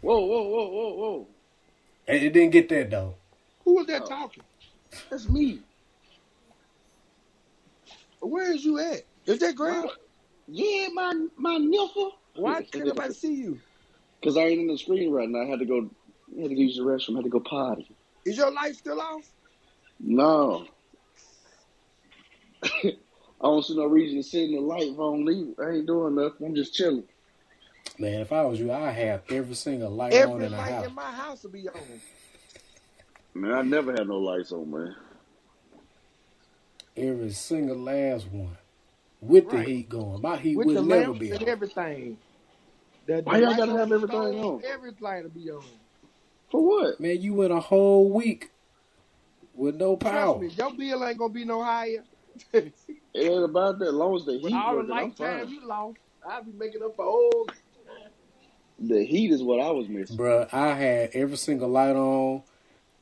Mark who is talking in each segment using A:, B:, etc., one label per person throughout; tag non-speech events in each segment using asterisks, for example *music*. A: Whoa, whoa, whoa, whoa, whoa.
B: It it didn't get there though.
C: Who was that
A: Oh.
C: talking? That's me. Where is you at? Is that Graham?
A: Wow. Yeah, my my nympha.
C: Why can't nobody see you?
A: Because I ain't in the screen right now. I had to go. I had to use the restroom. I had to go potty.
C: Is your light still off?
A: No. *laughs* I don't see no reason to sit in the light if I don't leave. I ain't doing nothing. I'm just chilling.
B: Man, if I was you, I'd have every single light on
C: Every
B: in the
C: light
B: house.
C: in my house will be on.
A: Man, I never had no lights on, man.
B: Every single last one. With
C: Right.
B: the heat going. My heat
C: With
B: would
C: the
B: never
C: lamps
B: be
C: and
B: on.
C: everything. The,
A: Why y'all
C: light
A: gotta
C: on
A: have
C: the
A: everything
C: stove,
A: on?
C: Every light will be on.
A: For what?
B: Man, you went a whole week with no
C: Trust
B: power.
C: me, your bill ain't gonna be no higher. *laughs*
A: It ain't about that. As long as the
C: With
A: heat
C: all the
A: working, I'm
C: light time
A: fine.
C: you lost, I'll be making up for old.
A: The heat is what I
B: *laughs*
A: was missing.
B: Bruh, I had every single light on.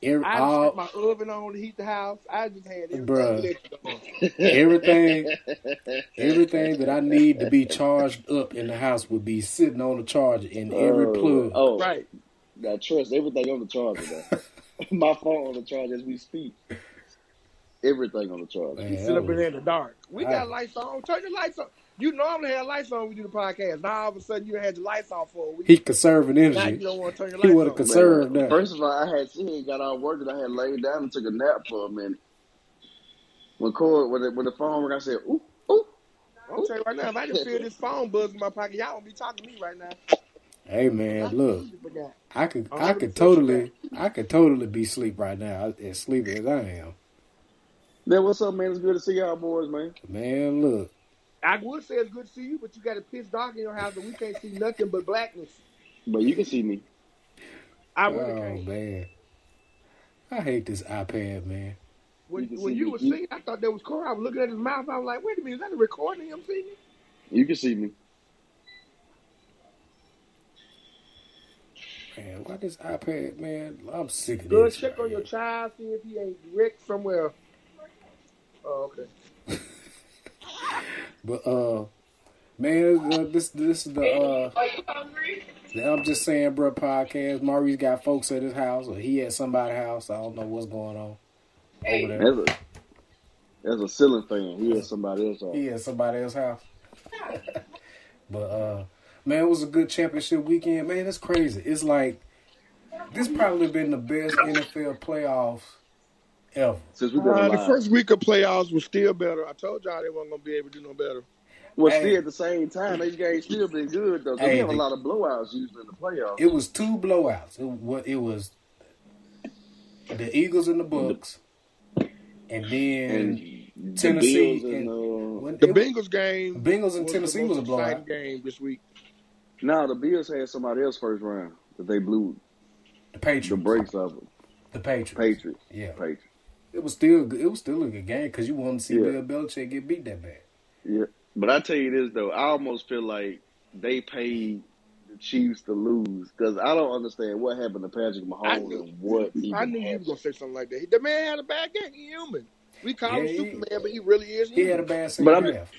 B: Every,
C: I just had
B: all,
C: my oven on to heat the house. I just had everything
B: Uh, Bruh.
C: electric on.
B: everything,
C: *laughs*
B: everything that I need to be charged up in the house would be sitting on the charger in every
A: Oh,
B: plug.
A: oh,
C: Right.
A: now trust everything on the charger. Now. *laughs* My phone on the charger as we speak. Everything on the charger.
B: Man,
C: You
B: that
C: sit up in
B: was-
C: there in the dark. We
B: All
C: got
B: right.
C: lights on. Turn the lights on. You normally have lights on when we do the podcast. Now all of a sudden you had your lights on for a week.
B: he conserving
C: Now
B: energy.
C: you don't want to turn your
B: He
C: lights
B: would have
C: on.
B: conserved
A: Man,
B: that.
A: first of all, I had she had got all working. I had laid down and took a nap for a minute. When cord, when the, when the phone rang, I said, "Ooh, ooh."
C: I'm telling you right now, if I didn't feel this phone buzz in my pocket, y'all won't be talking to me *laughs* right now.
B: Hey
C: I
B: man, look,
C: completely forgot.
B: I could,
C: I
B: I
C: would have
B: could
C: pushed you back.
B: totally, I could totally be asleep right now, as sleepy as I am.
A: Then what's up, man? It's good to see y'all boys, man.
B: Man, look,
C: I would say it's good to see you, but you got a pitch dark in your house and we can't see nothing but blackness.
A: But you can see me.
C: I really
B: oh
C: can't.
B: man, I hate this iPad, man.
C: When
A: You can
C: when
A: see
C: you
A: me.
C: were
A: You,
C: singing, I thought that was Corey. I was looking at his mouth. I was like, wait a minute, is that a recording of him singing?
A: you can see me.
B: Man, why this iPad, man? I'm sick of
C: Girl,
B: this
C: check
B: right
C: on your
B: here.
C: child, see if he ain't wrecked somewhere. Oh, okay.
B: But uh, man, uh, this, this is the uh, the I'm just saying, bro, podcast. Maurice got folks at his house, or he at somebody's house. I don't know what's going on over there.
A: That's a that's a ceiling fan. He is somebody else. Off.
B: He at somebody else's house. But uh man, it was a good championship weekend. Man, that's crazy. It's like this probably been the best NFL playoffs ever.
A: Since we've been
C: Uh, the
A: alive,
C: first week of playoffs was still better. I told y'all they weren't gonna be able to do no better.
A: well, still
B: Hey,
A: at the same time, these games still been good though, because we
B: hey,
A: have a
B: the,
A: lot of blowouts usually in the playoffs.
B: it was two blowouts. It, wa- it was the Eagles and the
A: The,
B: Bucks, and then
A: and the Bills
B: Tennessee
A: and
B: and
A: uh,
B: when
C: The
B: it
C: Bengals game
B: Bengals and
C: was the
B: Tennessee
C: most
B: was a
C: exciting
B: blowout.
C: game this week.
A: No, the Bills had somebody else first round that they blew
B: The
A: the
B: Patriots,
A: brakes off of.
B: the Patriots,
A: Patriots.
B: yeah.
A: Patriots.
B: It was still good. it was still a good game because you wanted to see
A: Yeah,
B: Bill Belichick get beat that bad.
A: yeah. But I tell you this though, I almost feel like they paid the Chiefs to lose because I don't understand what happened to Patrick
C: I
A: Mahomes
C: knew,
A: and what
C: I
A: even
C: knew you was
A: happened.
C: gonna say something like that. The man had a bad game. He human. We call
B: Yeah,
C: him
B: he,
C: Superman, but he really is
B: he had a
C: human.
B: bad
A: But
B: second
A: I'm,
B: half.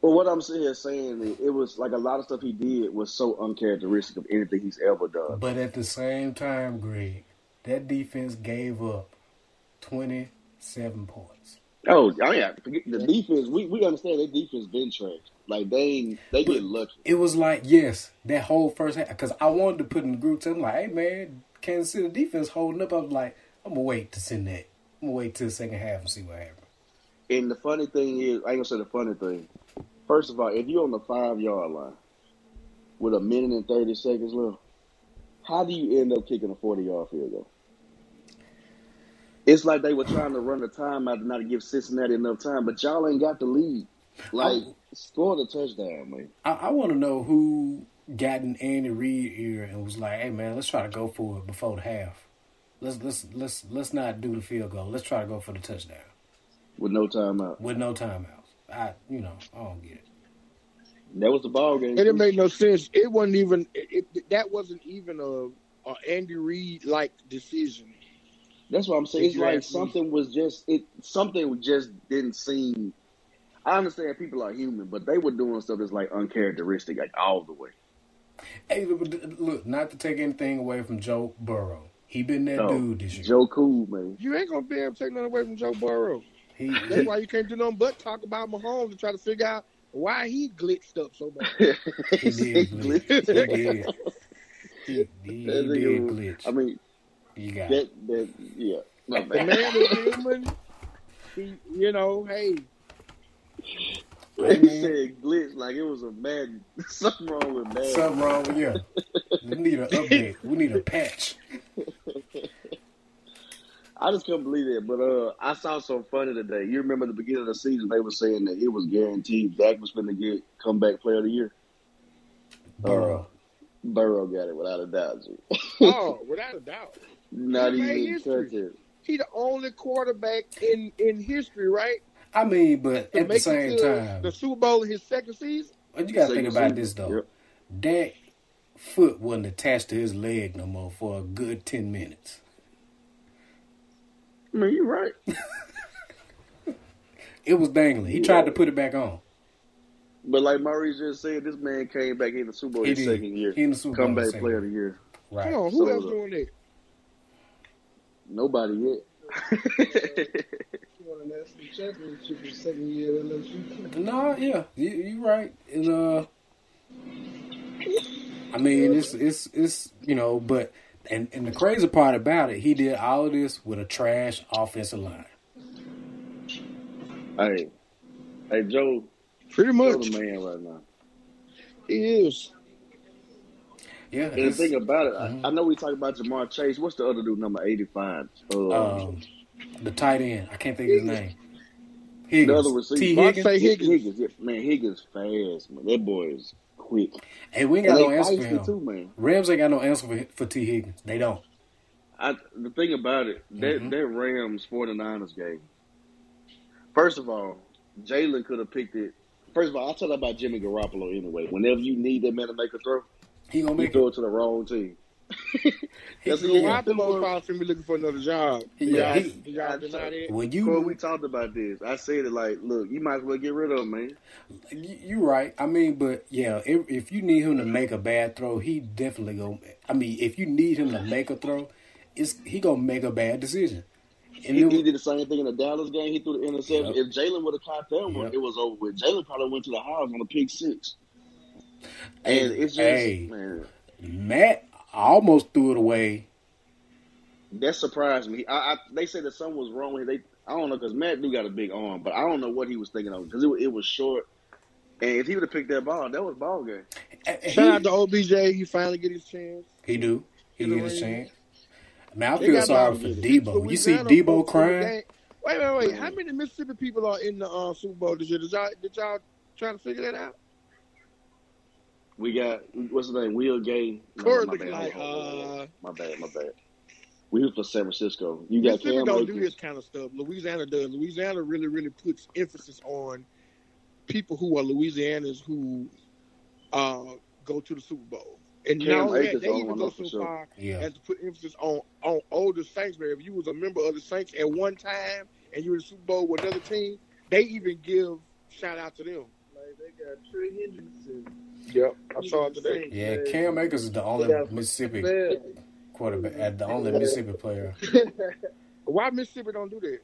A: but what I'm sitting here saying is, it was like a lot of stuff he did was so uncharacteristic of anything he's ever done.
B: But at the same time, Greg, that defense gave up 27 points.
A: Oh, I mean, forget the defense. We we understand their defense been trash. Like they ain't- they get
B: But
A: lucky.
B: it was like, yes, that whole first half, because I wanted to put in the group to him, like, hey, man, Kansas City defense holding up. I was like, I'm going to wait to send that. I'm going to wait till the second half and see what happens.
A: And the funny thing is, I ain't gonna say the funny thing. First of all, if you're on the five yard line with a minute and thirty seconds left, how do you end up kicking a forty yard field goal? It's like they were trying to run the time out to not give Cincinnati enough time, but y'all ain't got the lead.
B: I,
A: Like score the touchdown, man.
B: I, I want to know who got in Andy Reid ear and was like, hey, man, let's try to go for it before the half. Let's let's let's let's not do the field goal. Let's try to go for the touchdown
A: With no timeout,
B: with no timeouts. I you know I don't get it.
A: that was the ball game
C: It didn't
A: too.
C: make no sense. It wasn't even. It, it, that wasn't even a, a Andy Reid like decision.
A: That's what I'm saying.
C: If
A: It's
C: you
A: like
C: ask me,
A: something was just it. Something just didn't seem I understand people are human, but they were doing stuff that's like uncharacteristic, like all the way.
B: Hey, look, not to take anything away from Joe Burrow. He been that
A: No.
B: dude this year.
A: Joe Cool, man.
C: You ain't gonna be able to take nothing away from Joe Burrow.
A: *laughs*
B: He,
C: That's why you can't do nothing but talk about Mahomes and try to figure out why he glitched up so much.
B: he did glitch. He did. He,
A: *laughs*
B: he, he
A: That
B: did
A: nigga was-
B: glitch.
A: I mean,
B: you got it.
A: that that yeah. My
C: The
A: bad.
C: man
A: *laughs*
C: is human. He, you know, hey,
A: They said glitch like it was a Madden. *laughs* Something wrong with Madden.
B: Something wrong with you. We need an update. We need a
A: *laughs*
B: patch.
A: I just couldn't believe it. But uh, I saw some funny today. You remember the beginning of the season, they were saying that it was guaranteed Dak was going to get comeback player of the year. Uh,
B: Burrow.
A: Burrow got it without a doubt. G.
B: *laughs*
C: oh, without a doubt,
A: Not
C: He made
A: even
C: history.
A: touching.
C: he the only quarterback in in history, right?
B: I mean, but
C: To
B: at the
C: make
B: same
C: it to
B: time,
C: the Super Bowl in his second season.
B: but you got to think about this though.
A: Yep.
B: That foot wasn't attached to his leg no more for a good ten minutes.
A: I mean, you're right.
B: It was dangling. He tried to put it back on.
A: But like Maurice just said, this man came back in the Super Bowl
B: He
A: his
B: did.
A: second year.
B: He in the Super Bowl
A: comeback
B: his second
A: player of the year.
B: Right.
C: Come on, who
A: So-
C: else doing that?
A: Nobody yet. *laughs*
D: won a national championship the second year at LSU.
B: No, yeah, you you right. And uh, I mean, it's it's it's you know, but and and the crazy part about it, he did all of this with a trash offensive line.
A: hey, hey, Joe,
C: Pretty
A: Joe
C: much,
A: the man right now.
C: he is.
B: Yeah,
A: And the
B: it's-
A: thing about it, I,
B: Mhm.
A: I know we talk about Jamar Chase. What's the other dude, number eighty-five? Uh,
B: um, the tight end. I can't think of his name. Higgins.
A: the other receiver,
B: T.
C: Mark
B: Higgins.
C: say-
A: Higgins.
C: Higgins.
A: Higgins, yeah, man, Higgins fast, man. That boy is quick.
B: Hey, we ain't
A: And
B: got
A: they
B: no answer for
A: feisty
B: him.
A: too, man.
B: Rams ain't got no answer for, for T. Higgins. They don't.
A: I, the thing about it, that
B: Mhm.
A: that Rams 49ers game. First of all, Jalen could have picked it. First of all, I tell you about Jimmy Garoppolo anyway. Whenever you need that man to make a throw,
B: He gonna
A: you
B: make it.
A: throw it to the wrong team. That's what
B: Yeah.
A: yeah.
C: Garoppolo was probably finna be looking for another job.
B: Yeah,
C: Y'all-
B: he-
C: y'all deny that?
B: When
A: Corey, we
B: you
A: talked about this. I said it like, look, you might as well get rid of him, man.
B: you you right. I mean, but yeah, if, if you need him to make a bad throw, he definitely gonna. I mean, if you need him to make a throw, it's he gonna make a bad decision. And
A: He,
B: it
A: he
B: was-
A: did the same thing in the Dallas game. He threw the interception.
B: Yep.
A: If Jalen would have caught that one,
B: Yep.
A: it was over with. Jalen probably went to the house on a pick six. And
B: Hey,
A: it's just,
B: hey.
A: man,
B: Matt almost threw it away.
A: that surprised me. I, I they said that something was wrong with it. They I don't know because Matt do got a big arm, but I don't know what he was thinking of because it, wa- it was short. And if he would have picked that ball, that was ball game.
B: And- and
C: Shout
B: Eh, he-
C: out to OBJ. He finally get his chance.
B: He do. He
C: Get
B: get a
C: away.
B: chance. Man, I
C: They
B: feel
C: got
B: sorry
C: about
B: for
A: six
B: Debo. You see
C: Louisiana
B: Debo
C: folks in the
B: crying?
C: game. Wait, wait, wait. How many Mississippi people are in the uh, Super Bowl this year? Did y'all, did y'all try to figure that out?
A: We got what's his name, Will Gay.
C: Corey
A: my,
C: looking
A: bad,
C: like,
A: my,
C: uh,
A: bad, my bad. We was for San Francisco. You got
C: Mississippi
A: Cam
C: don't do
A: Akers.
C: this kind of stuff. Louisiana does. Louisiana really, really puts emphasis on people who are Louisianans who uh, go to the Super Bowl. And
A: Cam
C: now that,
A: Akers
C: they
A: don't
C: even
A: want
C: go
A: us for
C: so
A: sure.
C: far
B: Yeah.
C: as to put emphasis on on older Saints. Man, if you was a member of the Saints at one time and you were in the Super Bowl with another team, they even give shout out to them.
D: Like they got Trey Hendrickson.
C: Yep, I saw it today.
B: Yeah, Cam Akers is the only
D: Yeah.
B: Mississippi
D: Man.
B: quarterback, uh, the only Mississippi player.
C: Why Mississippi don't do that?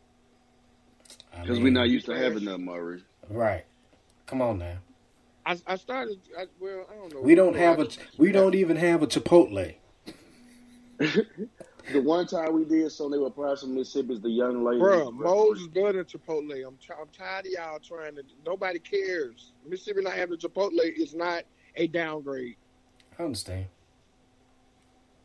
A: Because we're not used to having them, Murray.
B: Right. Come on now.
C: I, I started. I, well, I don't know.
B: We don't have a. We don't even have a Chipotle.
A: The one time we did so, they were probably from Mississippi. is The young lady,
C: Bruh, Mo's is better than Chipotle. I'm, try- I'm tired of y'all trying to. Nobody cares. Mississippi not having Chipotle is not a downgrade.
B: I understand.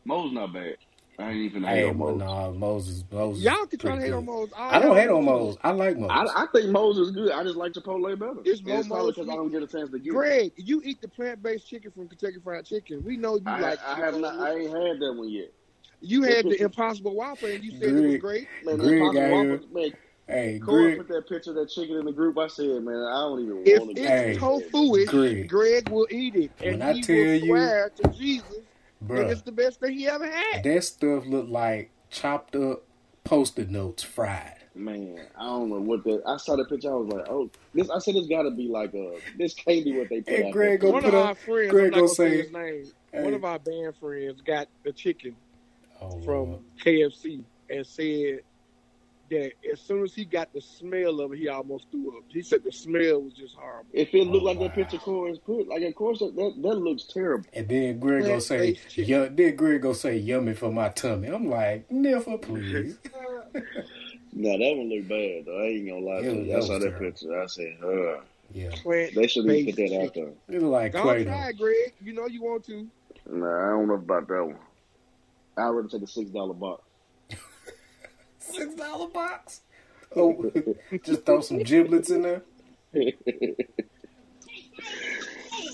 A: Mo's not bad. I ain't even hate
B: Hey,
A: on Mo's.
B: nah, Moses. Moses.
C: Y'all can try to
B: pretty
C: hate on
B: good.
C: Mo's. all
B: I don't
C: y'all
B: hate on
C: want to.
B: Moses. I like
A: I,
B: Moses.
A: I think Mo's is good. I just like Chipotle better.
C: It's
A: And it's
C: Mo
A: probably
C: Mo's
A: because I don't get a chance to get it.
C: Greg, you eat the plant based chicken from Kentucky Fried Chicken. We know you
A: I,
C: like.
A: I have not. I ain't had that one yet.
C: you had the Impossible Whopper and you said it was
B: Greg.
C: great.
A: Man, that
B: Greg
A: Papa
B: out
A: Waffles, man,
B: Hey,
A: Corey
B: Greg.
A: put that picture of that chicken in the group. I said, man, I don't even
C: If
A: want to.
B: Hey,
C: it's tofu
B: Greg.
C: Greg. will eat it.
B: When
C: And
B: I
C: he
B: tell
C: will
B: you-
C: swear to Jesus that it's
B: Bruh,
C: the best thing he ever had.
B: that stuff looked like chopped up post-it notes fried.
A: Man, I don't know what that. I saw the picture. I was like, oh, this. I said this got to be like a. This can't be what they put.
B: And
A: out
B: Greg
A: there.
B: gonna
C: One
B: put
C: of
B: up.
C: our friends,
B: Greg
C: I'm not
B: gonna
C: gonna say
B: say-
C: his name, One of our band friends got the chicken
B: Oh,
C: from KFC and said that as soon as he got the smell of it, he almost threw up. He said the smell was just horrible.
A: If it looked
B: Oh,
A: like
B: wow.
A: that picture Corey's put, like of course that that, that looks terrible.
B: And then Greg gonna say,
C: Plant-based chicken.
B: yeah, then Greg gonna say, yummy for my tummy. I'm like, never *laughs* please.
A: No, that one looked bad though. I ain't gonna lie to
B: Yeah,
A: you.
B: that
A: I
B: was
A: saw that
B: terrible.
A: picture. I said, Ugh.
B: yeah,
C: Plant
A: they should have put that out there.
B: it's like
C: Go
B: Quato.
C: try, Greg. You know you want to.
A: Nah, I don't know about that one. I'd rather take a six dollar box.
B: Six dollar *laughs* box. Oh, just throw some giblets in there.
A: hey,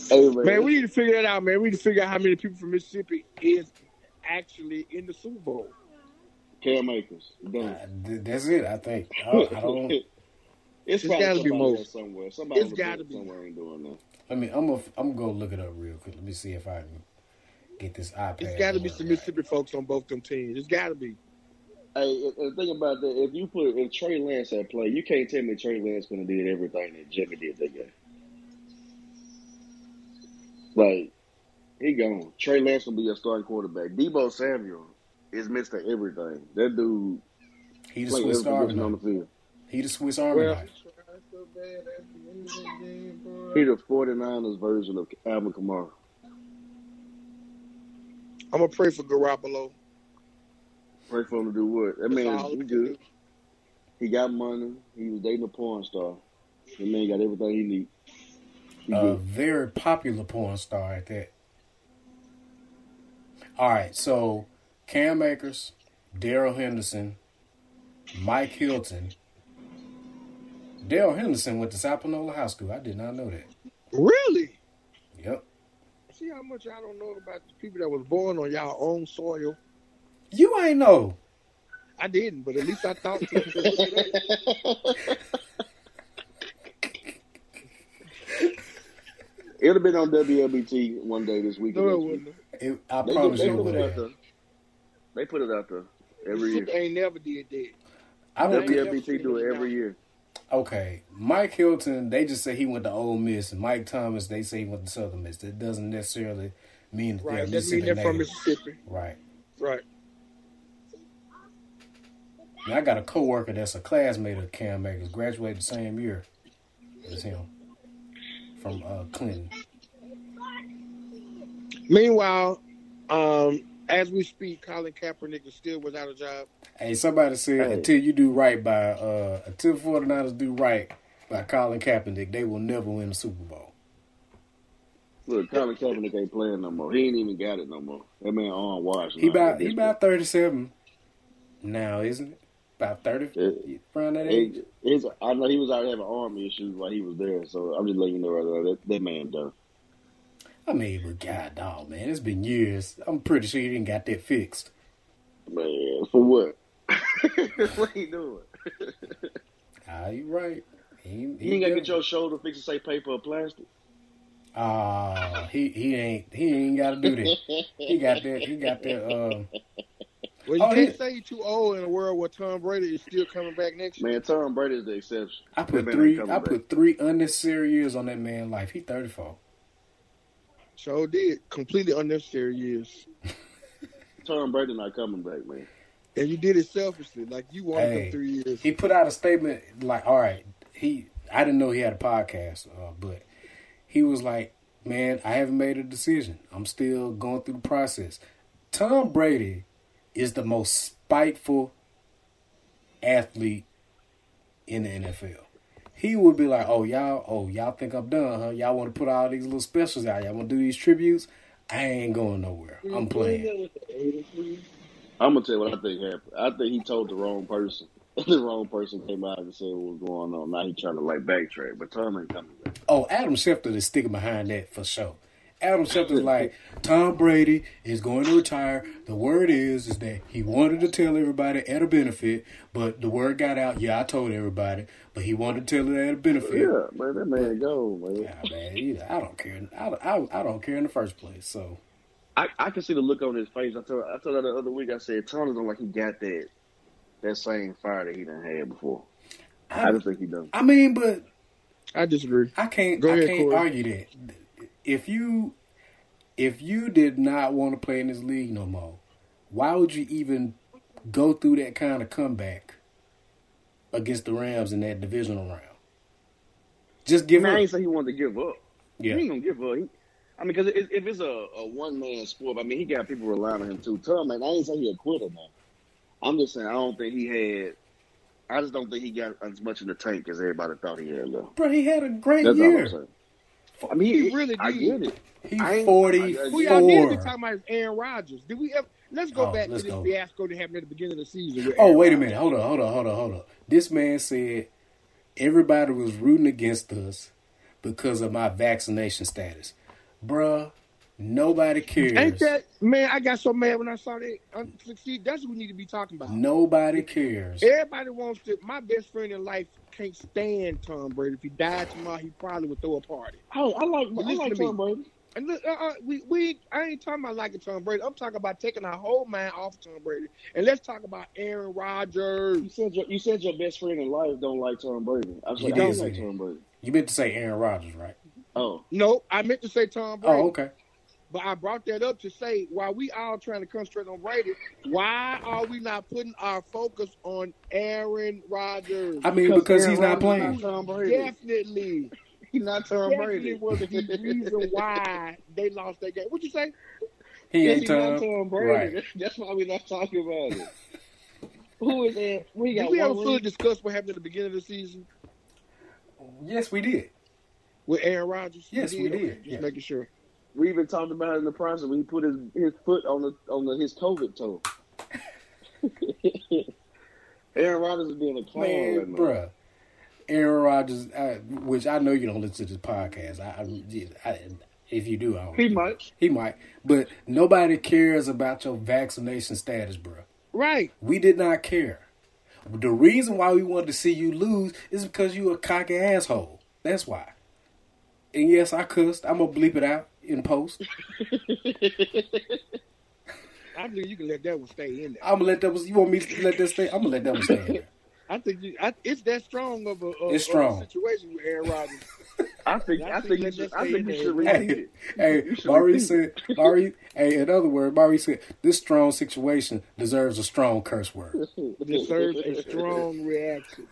A: *laughs*
C: Man, we need to figure that out, man. We need to figure out how many people from Mississippi is actually in the Super Bowl.
A: Cam Akers.
B: Uh,
A: Done.
B: th- that's it. I think. I,
A: Uh,
B: I don't.
A: *laughs* it's
C: It's
A: probably
C: gotta be
A: somebody
C: more.
A: else somewhere. Somebody
C: It's
A: on the
C: gotta
A: field
C: be.
A: somewhere ain't doing that.
B: I mean, I'm gonna I'm gonna go look it up real quick. Let me see if I can get this iPad.
C: It's got to be
B: work
C: some
B: right.
C: Mississippi folks on both them teams. It's got to be.
A: Hey, and- and think about that. If you put if Trey Lance had played, you can't tell me Trey Lance gonna did everything that Jimmy did that game. Like he gone. Trey Lance gonna be a starting quarterback. Debo Samuel is Mr. Everything. That dude
B: He the
A: played
B: Swiss
A: every
B: Army
A: position on the
B: knife.
A: field.
B: He the Swiss Army
C: Well-
B: knife.
D: Tried so bad at the end of the game, boy.
A: He the 49ers version of Alvin Kamara.
C: I'm gonna pray for Garoppolo.
A: Pray for him to do what? That
C: That's
A: man
C: all
A: is
C: we
A: he
C: can
A: good. He got money. He was dating a porn star. The man got everything he need. He
B: A
A: good.
B: very popular porn star at that. All right, so Cam Akers, Daryl Henderson, Mike Hilton. Daryl Henderson went to Sapanola High School. I did not know that.
C: Really?
B: Yep.
C: See how much I don't know about the people that was born on y'all own soil.
B: You ain't know.
C: I didn't, but at least I thought. to.
A: It'd have been on WLBT one day
B: *laughs*
A: this week.
C: no, it wasn't.
B: It, I
A: They,
B: promise
A: they
B: you it
A: put
B: would
A: it out
B: have.
A: there. They put it out there every
C: Mississippi
A: year.
C: ain't never did that.
B: I don't.
C: W-
A: WLBT do it every year.
B: Okay, Mike Hilton. They just say he went to Ole Miss. and Mike Thomas. They say he went to Southern Miss. That doesn't necessarily mean that
C: Right? That
B: they're
C: mean
B: Mississippi
C: they're from
B: native.
C: Mississippi.
B: Right.
C: Right.
B: Now, I got a coworker that's a classmate of Cam Akers, graduated the same year as him from uh, Clinton.
C: Meanwhile, um, as we speak, Colin Kaepernick is still without a job.
B: Hey, somebody said
A: Hey.
B: until you do right by uh, until 49ers do right by Colin Kaepernick, they will never win the Super Bowl.
A: Look, Colin Kaepernick ain't playing no more. He ain't even got it no more. That man on wash.
B: He about he about thirty seven now, isn't it? About thirty
A: Yeah.
B: around that age.
A: It, it's, I know he was out having arm issues while he was there, so I'm just letting you know right now that that man done.
B: I mean, but god dog, man, it's been years. I'm pretty sure he didn't got that fixed.
A: Man, for what? *laughs* what he doing?
B: Ah, you right. He,
A: *laughs* You ain't gotta get your shoulder fixed to say paper or plastic.
B: Ah, he he ain't he ain't got to do that. He got that. He got that. Um,
C: Well, you
B: Oh,
C: can't
B: he-
C: say you're too old in a world where Tom Brady is still coming back next year.
A: Man, Tom Brady's the exception.
B: I put
A: That man
B: three.
A: ain't coming
B: I
A: back.
B: put three unnecessary years on that man's life. He thirty four.
C: So did completely unnecessary years,
A: Tom Brady not coming back, man.
C: and you did it selfishly, like you wanted
B: Hey.
C: them three years.
B: He put out a statement like, "All right, he." I didn't know he had a podcast, uh, but he was like, "Man, I haven't made a decision. I'm still going through the process." Tom Brady is the most spiteful athlete in the NFL. He would be like, "Oh y'all, oh y'all think I'm done, huh? Y'all want to put all these little specials out? Y'all want to do these tributes? I ain't going nowhere. I'm playing."
A: I'm gonna tell you what I think happened. I think he told the wrong person. *laughs* the wrong person came out and said what was going on. Now he trying to like backtrack, but Tom ain't coming back.
B: Oh, Adam Schefter is sticking behind that for sure. Adam Schefter's like, Tom Brady is going to retire. The word is is that he wanted to tell everybody at a benefit, but the word got out. Yeah, I told everybody, but he wanted to tell it at a benefit.
A: Yeah, man, that man go, man.
B: Nah, man, you- I don't care. I, I, I don't care in the first place. So
A: I, I can see the look on his face. I told I told her the other week. I said Tom don't like he got that that same fire that he done had before. I
B: I,
A: just think he done.
B: I mean, but
C: I disagree.
B: I can't.
C: Go
B: I
C: ahead,
B: can't
C: Corey.
B: argue that. If you, if you did not want to play in this league no more, why would you even go through that kind of comeback against the Rams in that divisional round? Just give
A: I, mean, I
B: up.
A: ain't say he wanted to give up.
B: Yeah.
A: He ain't gonna give up. He, I mean, because if if it's a, a one man sport, I mean, he got people relying on him too. Tom, man, I ain't saying he a quitter, man. I'm just saying I don't think he had. I just don't think he got as much in the tank as everybody thought he had. Though.
B: Bro, he had a great
A: That's all I'm
B: year.
A: saying. I mean,
C: He
A: he,
C: really
A: really. I
C: did.
A: get it. I
B: He's
A: ain't-
B: forty
A: I- I-
C: Who y'all did be
B: four.
C: talking about is Aaron Rodgers. Did we ever? Let's go
B: Oh,
C: back to
B: let's
C: this
B: go.
C: fiasco that happened at the beginning of the season. with
B: Oh,
C: Aaron
B: wait a
C: Rodgers.
B: minute. Hold on, hold on, hold on, hold on. This man said everybody was rooting against us because of my vaccination status. Bruh, nobody cares.
C: Ain't that man? I got so mad when I saw that um, succeed. That's what we need to be talking about.
B: Nobody cares.
C: Everybody wants to. My best friend in life can't stand Tom Brady. If he died tomorrow, he probably would throw a party.
A: Hey, I like.
C: But
A: I
C: listen
A: like
C: to me.
A: Tom Brady.
C: And look, uh, uh, we, we, I ain't talking about liking Tom Brady. I'm talking about taking our whole mind off Tom Brady. And let's talk about Aaron
A: You
C: Rodgers.
A: said your, you said your best friend in life don't like Tom Brady. I was
B: You
A: like,
B: did
A: I don't
B: say
A: like
B: that.
A: Tom Brady.
B: You meant to say Aaron Rodgers, right?
A: Oh,
C: No, I meant to say Tom Brady.
B: Oh, okay.
C: But I brought that up to say, while we all trying to concentrate on Brady, why are we not putting our focus on Aaron Rodgers?
B: I mean, because he's
A: Aaron
B: not
A: Rodgers
B: playing.
A: Not Tom Brady.
C: Definitely,
A: He's not Tom
C: definitely
A: Brady.
C: was the reason why they lost that game. What you say?
B: He
A: Yes,
B: ain't
A: he's not
B: Tom.
A: Tom Brady.
B: Right.
A: *laughs* That's why we're not talking about it. Who is that? We
C: Did
A: got
C: we ever
A: one
C: fully
A: ring.
C: discuss what happened at the beginning of the season
B: uh, Yes, we did.
C: with Aaron Rodgers?
B: Yes, we did.
C: Just
B: Yeah.
C: making sure.
A: We even talked about it in the process when he put his, his foot on the on the, his COVID toe. *laughs* Aaron Rodgers is being Oh, a clown right
B: Man,
A: now.
B: bruh. Aaron Rodgers, I, which I know you don't listen to this podcast. I, I, I if you do, I don't.
A: He might.
B: He might, but nobody cares about your vaccination status, bruh.
C: Right.
B: We did not care. The reason why we wanted to see you lose is because you a cocky asshole. That's why. And yes, I cussed. I'm gonna bleep it out in post.
C: I believe you can let that one stay in there.
B: I'm gonna let that. Was, you want me to let that stay? I'm gonna let that one stay. in there.
C: I think you, I, it's that strong of a, of,
B: It's
C: of a
B: strong.
C: situation with Aaron Rodgers. *laughs*
A: I think I think you should I think you should repeat
B: Hey,
A: it.
B: hey,
A: should
B: Maurice said.
A: repeat.
B: Maurice, hey, in other words, Maurice said this strong situation deserves a strong curse word.
C: deserves a strong
B: *laughs*
C: reaction.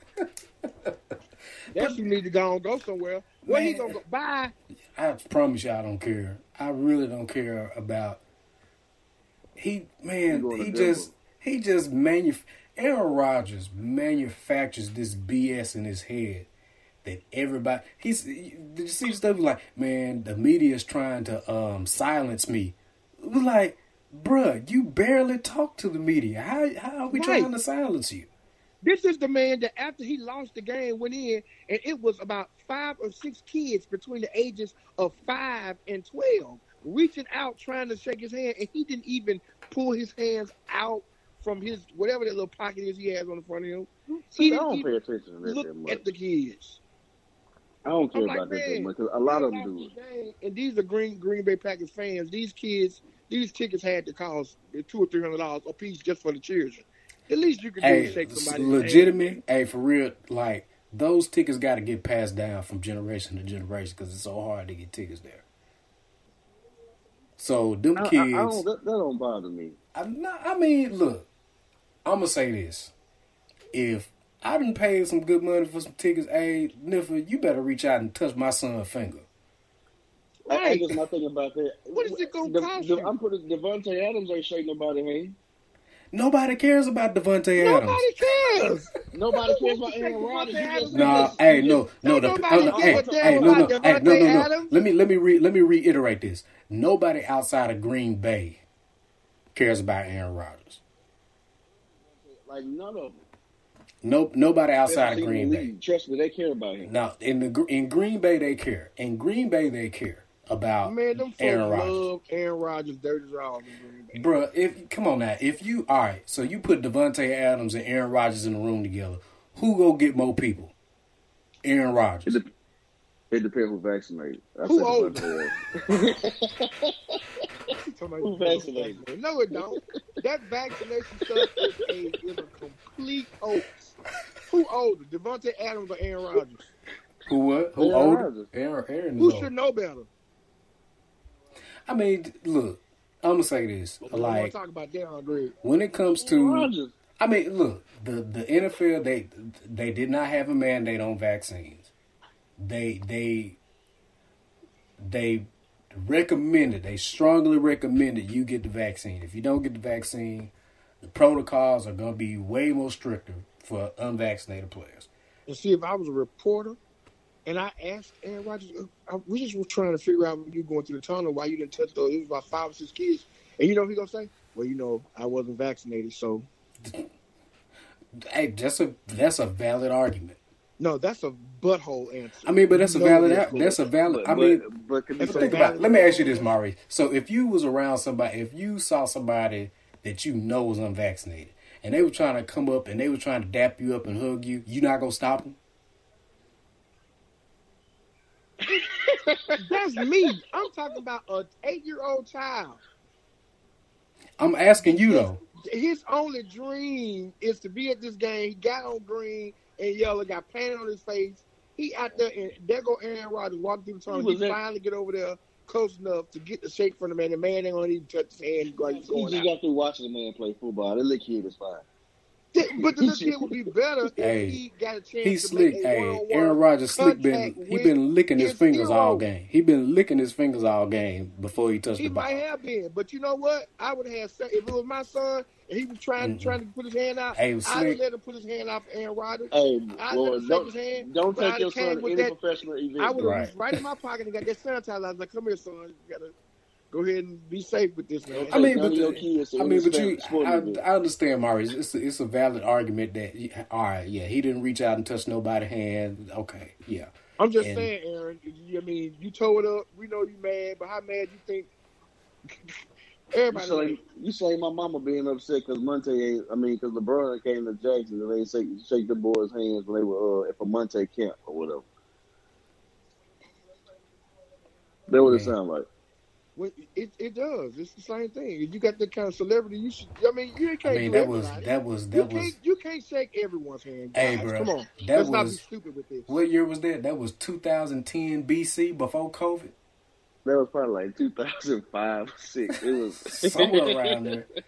C: That's you need to go and go somewhere. Where he
B: Man.
C: gonna go? Bye.
B: I promise you, I don't care. I really don't care about. He
A: You
B: man,
A: going to
B: he
A: Denver.
B: just he just manuf. Aaron Rodgers manufactures this BS in his head that everybody. He's did you see stuff like man, the media's trying to um silence me. We're like, bruh, you barely talk to the media. How how are we
C: Right.
B: trying to silence you?
C: This is the man that after he lost the game went in, and it was about five or six kids between the ages of five and twelve reaching out trying to shake his hand, and he didn't even pull his hands out from his whatever that little pocket is he has on the front of him.
A: *laughs* See,
C: He
A: I
C: didn't
A: don't
C: even
A: pay attention to that
C: look
A: that much.
C: at the kids.
A: I don't care
C: I'm like,
A: about that that
C: man,
A: much 'cause a lot of
C: lost
A: them do. it.
C: this game, And these are Green Green Bay Packers fans. These kids, these tickets had to cost two or three hundred dollars a piece just for the children. The least you could do is
B: Hey,
C: shake somebody's hand.
B: legitimate. Hey, for real, like those tickets got to get passed down from generation to generation because it's so hard to get tickets there. So them
A: I, I, I
B: kids,
A: don't that, that don't bother me.
B: I'm not- I mean, look, I'm gonna say this: if I didn't pay some good money for some tickets, hey, Niffa, you better reach out and touch my son's finger.
A: I- I,
C: Right.
A: guess my thing about that.
C: What is it gonna
A: Dev-
C: cost
A: Dev-
C: you?
A: I'm putting Devontae Adams ain't shaking nobody hand.
B: Nobody cares about Devontae Adams.
C: Nobody cares.
A: Nobody
C: Who
A: cares
C: wants
A: about
C: to take
A: Aaron Rodgers.
C: Devontae
A: You just-
C: Adams?
A: you
B: Nah,
A: just-
B: hey,
A: you
B: no,
A: just-
B: no,
C: Don't
B: the,
C: nobody
B: oh, no,
A: give a
B: hey,
A: damn
B: hey, no, no,
A: about
B: hey, no, no,
C: Devontae
B: no.
C: Adams.
B: Let me let me re let me reiterate this. Nobody outside of Green Bay cares about Aaron Rodgers.
A: Like none of them.
B: Nope, nobody outside
A: Best
B: of
A: team in
B: Green
A: the
B: Bay.
A: league. Trust me, they care about him.
B: Now in the Gr- in Green Bay they care. In Green Bay they care about
C: Man, them folks
B: Aaron Rodgers.
C: love Aaron Rodgers dirty draws in Green Bay.
B: Bruh, if come on now, if you all right, so you put Devontae Adams and Aaron Rodgers in the room together, who go get more people? Aaron Rodgers.
A: It, de- it depends who vaccinated. I
C: Who
A: said
C: old?
A: *laughs* Devontae Adams.
C: Somebody-
A: Who vaccinated?
C: No, it don't. That vaccination stuff is a, is a complete hoax. Who older, Devontae Adams or Aaron Rodgers?
B: Who what? Who
A: Aaron
B: older?
A: Rodgers.
B: Aaron Aaron is
C: Who
B: older.
C: should know better?
B: I mean, look, I'm gonna say this.
C: But we want
B: Like
C: to talk about Deion Green.
B: when it comes to,
A: Rodgers.
B: I mean, look, the the NFL they they did not have a mandate on vaccines. They they they recommended, they strongly recommended you get the vaccine. If you don't get the vaccine, the protocols are gonna be way more stricter for unvaccinated players.
C: And see, if I was a reporter and I asked Aaron Rodgers, uh, I- we just were trying to figure out when you going through the tunnel why you didn't touch those. It was about five or six kids. And you know what he going to say? Well, you know, I wasn't vaccinated. So,
B: Hey, that's a that's a valid argument.
C: no, that's a butthole answer.
B: I mean, but that's a
C: No,
B: valid
C: that's
B: that's a valid.
A: But,
B: I mean,
A: but, but can you
C: That's
B: So
A: say
B: think
C: a
B: about.
C: valid
B: It. Let me ask you
C: point.
B: this, Mari. So if you was around somebody, if you saw somebody that you know was unvaccinated, and they were trying to come up and they were trying to dap you up and hug you, you not gonna stop them?
C: *laughs* That's me. I'm talking about an eight year old child.
B: I'm asking you though.
C: His only dream is to be at this game. He got on green and yellow, got painted on his face. He out there, and there go Aaron Rodgers walking through the tunnel.
A: He
C: He,
A: was there.
C: finally get over there close enough to get the shake from the man. The man ain't gonna even touch his hand like he's
A: He
C: going
A: just
C: out.
A: got through watching the man play football. That little kid is fine.
C: Th- But the little kid would be better if
B: Hey,
C: he got a chance.
B: He
C: to
B: slick.
C: Make a
B: Hey,
C: one-on-one
B: Aaron Rodgers slick.
C: contact
B: Been he
C: with-
B: been licking his
C: his
B: fingers all
C: hero.
B: game. He been licking his fingers all game before he touched
C: He
B: the ball.
C: might have been, but you know what? I would have said if it was my son and he was trying
B: Mhm.
C: trying to put his hand out,
B: Hey,
C: I'd
B: slick.
C: have let him put his hand out for Aaron Rodgers.
A: Hey,
C: I
A: boy,
C: let him shake
A: don't,
C: his hand.
A: don't
C: but
A: take
C: I'd
A: your
C: have came
A: son to
C: with
A: any
C: that-
A: professional event.
C: I would have
B: Right.
C: reached right in my pocket and got that sanitizer. I was like, "Come here, son. You gotta go ahead and be safe with this, man."
A: Don't
B: I
A: take
B: mean,
A: none
B: but
A: of your
B: the-
A: kids to
B: I
A: any
B: mean, but
A: sp-
B: you,
A: sporting
B: I,
A: event.
B: I understand, Marius. It's a, it's a valid argument that, yeah, all right, yeah, he didn't reach out and touch nobody's hand. Okay, yeah.
C: I'm just
B: and-
C: saying, Aaron. You, I mean, you tore it up. We know you mad, but how mad you think? *laughs*
A: You
C: Everybody,
A: say, you say my mama being upset because Monte ain't, I mean, because LeBron came to Jackson and they shake, shake the boys' hands when they were uh, at for Monte camp or whatever. That what it
B: Man.
A: sound like.
C: well, it it does. It's the same thing. If you got that kind of celebrity, you should. I mean, you
B: I
C: can't
B: mean,
C: do
B: that was
C: everybody.
B: that was
C: you
B: that was
C: can't you can't shake everyone's hand.
B: Hey,
C: Guys.
B: bro,
C: Come on,
B: that
C: let's not be
B: was-
C: stupid with this.
B: what year was that? That was 2010 BC before COVID,
A: That was probably like *laughs* 2005, 6. It was
C: *laughs*
B: somewhere around there. God,
A: It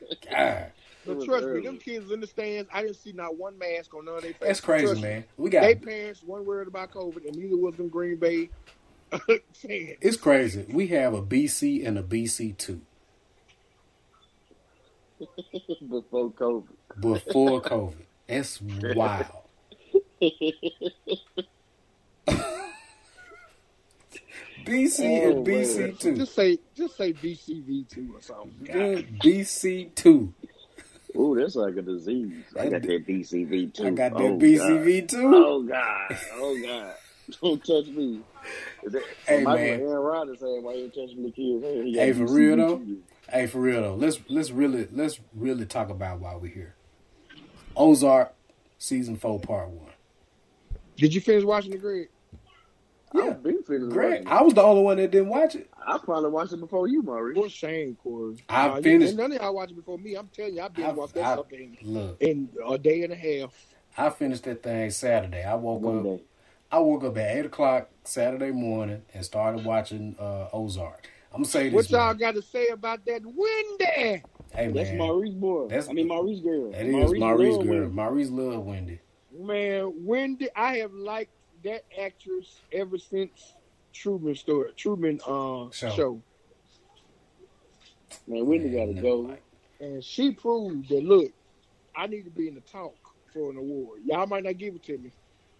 C: But
A: was
C: trust me,
A: early.
C: them kids in the stands, I didn't see not one mask on none of their faces.
B: that's crazy,
C: Trust me.
B: man. We
C: They
B: got
C: parents weren't worried about COVID, and neither was them Green Bay *laughs* fans.
B: it's crazy. We have a BC and a BC two
A: before COVID.
B: before COVID.
C: *laughs*
B: That's wild. BC
A: Oh,
B: and BC two.
C: Just say, just say BCV two or something.
B: BC two.
A: Ooh, that's like a disease. I got that BCV too.
B: I got that
A: oh, God.
B: BCV too.
A: Oh, God. Oh, God. Don't touch me. Is that,
B: Hey,
A: Michael
B: man.
A: Aaron Rodgers saying, why you touching the kid's hand? He got
B: Hey, for real
A: BCV
B: though.
A: too.
B: Hey, for real though. Let's let's really let's really talk about why we're here. Ozark season four part one.
C: Did you finish watching the grid?
A: Yeah. I've been finished
B: Great.
A: watching.
B: I was the only one that didn't watch it.
A: I probably watched it before you, Murray.
C: What shame, Corey?
B: I
C: you-
B: finished-
C: and None of y'all watching before me. I'm telling you, I've been
B: I've-
C: watching that
B: I've-
C: stuff in,
B: Look,
C: in a day and a half.
B: I finished that thing Saturday. I woke up.
A: Monday.
B: I woke up at eight o'clock Saturday morning and started watching uh, Ozark. I'm gonna say
C: What
B: this,
C: y'all
B: man.
C: got to say about that windy?
B: Hey,
A: That's
B: man.
A: Maurice boy.
B: That's-
A: I mean, Maurice girl.
B: That is Maurice
A: love
B: girl.
A: women.
B: Maurice love Wendy.
C: Man, Wendy, I have liked that actress ever since Truman story, Truman uh,
B: Show.
C: show.
A: Man, Whitney got to
B: Man,
A: go.
B: like-
C: and she proved that. Look, I need to be in the talk for an award. Y'all might not give it to me,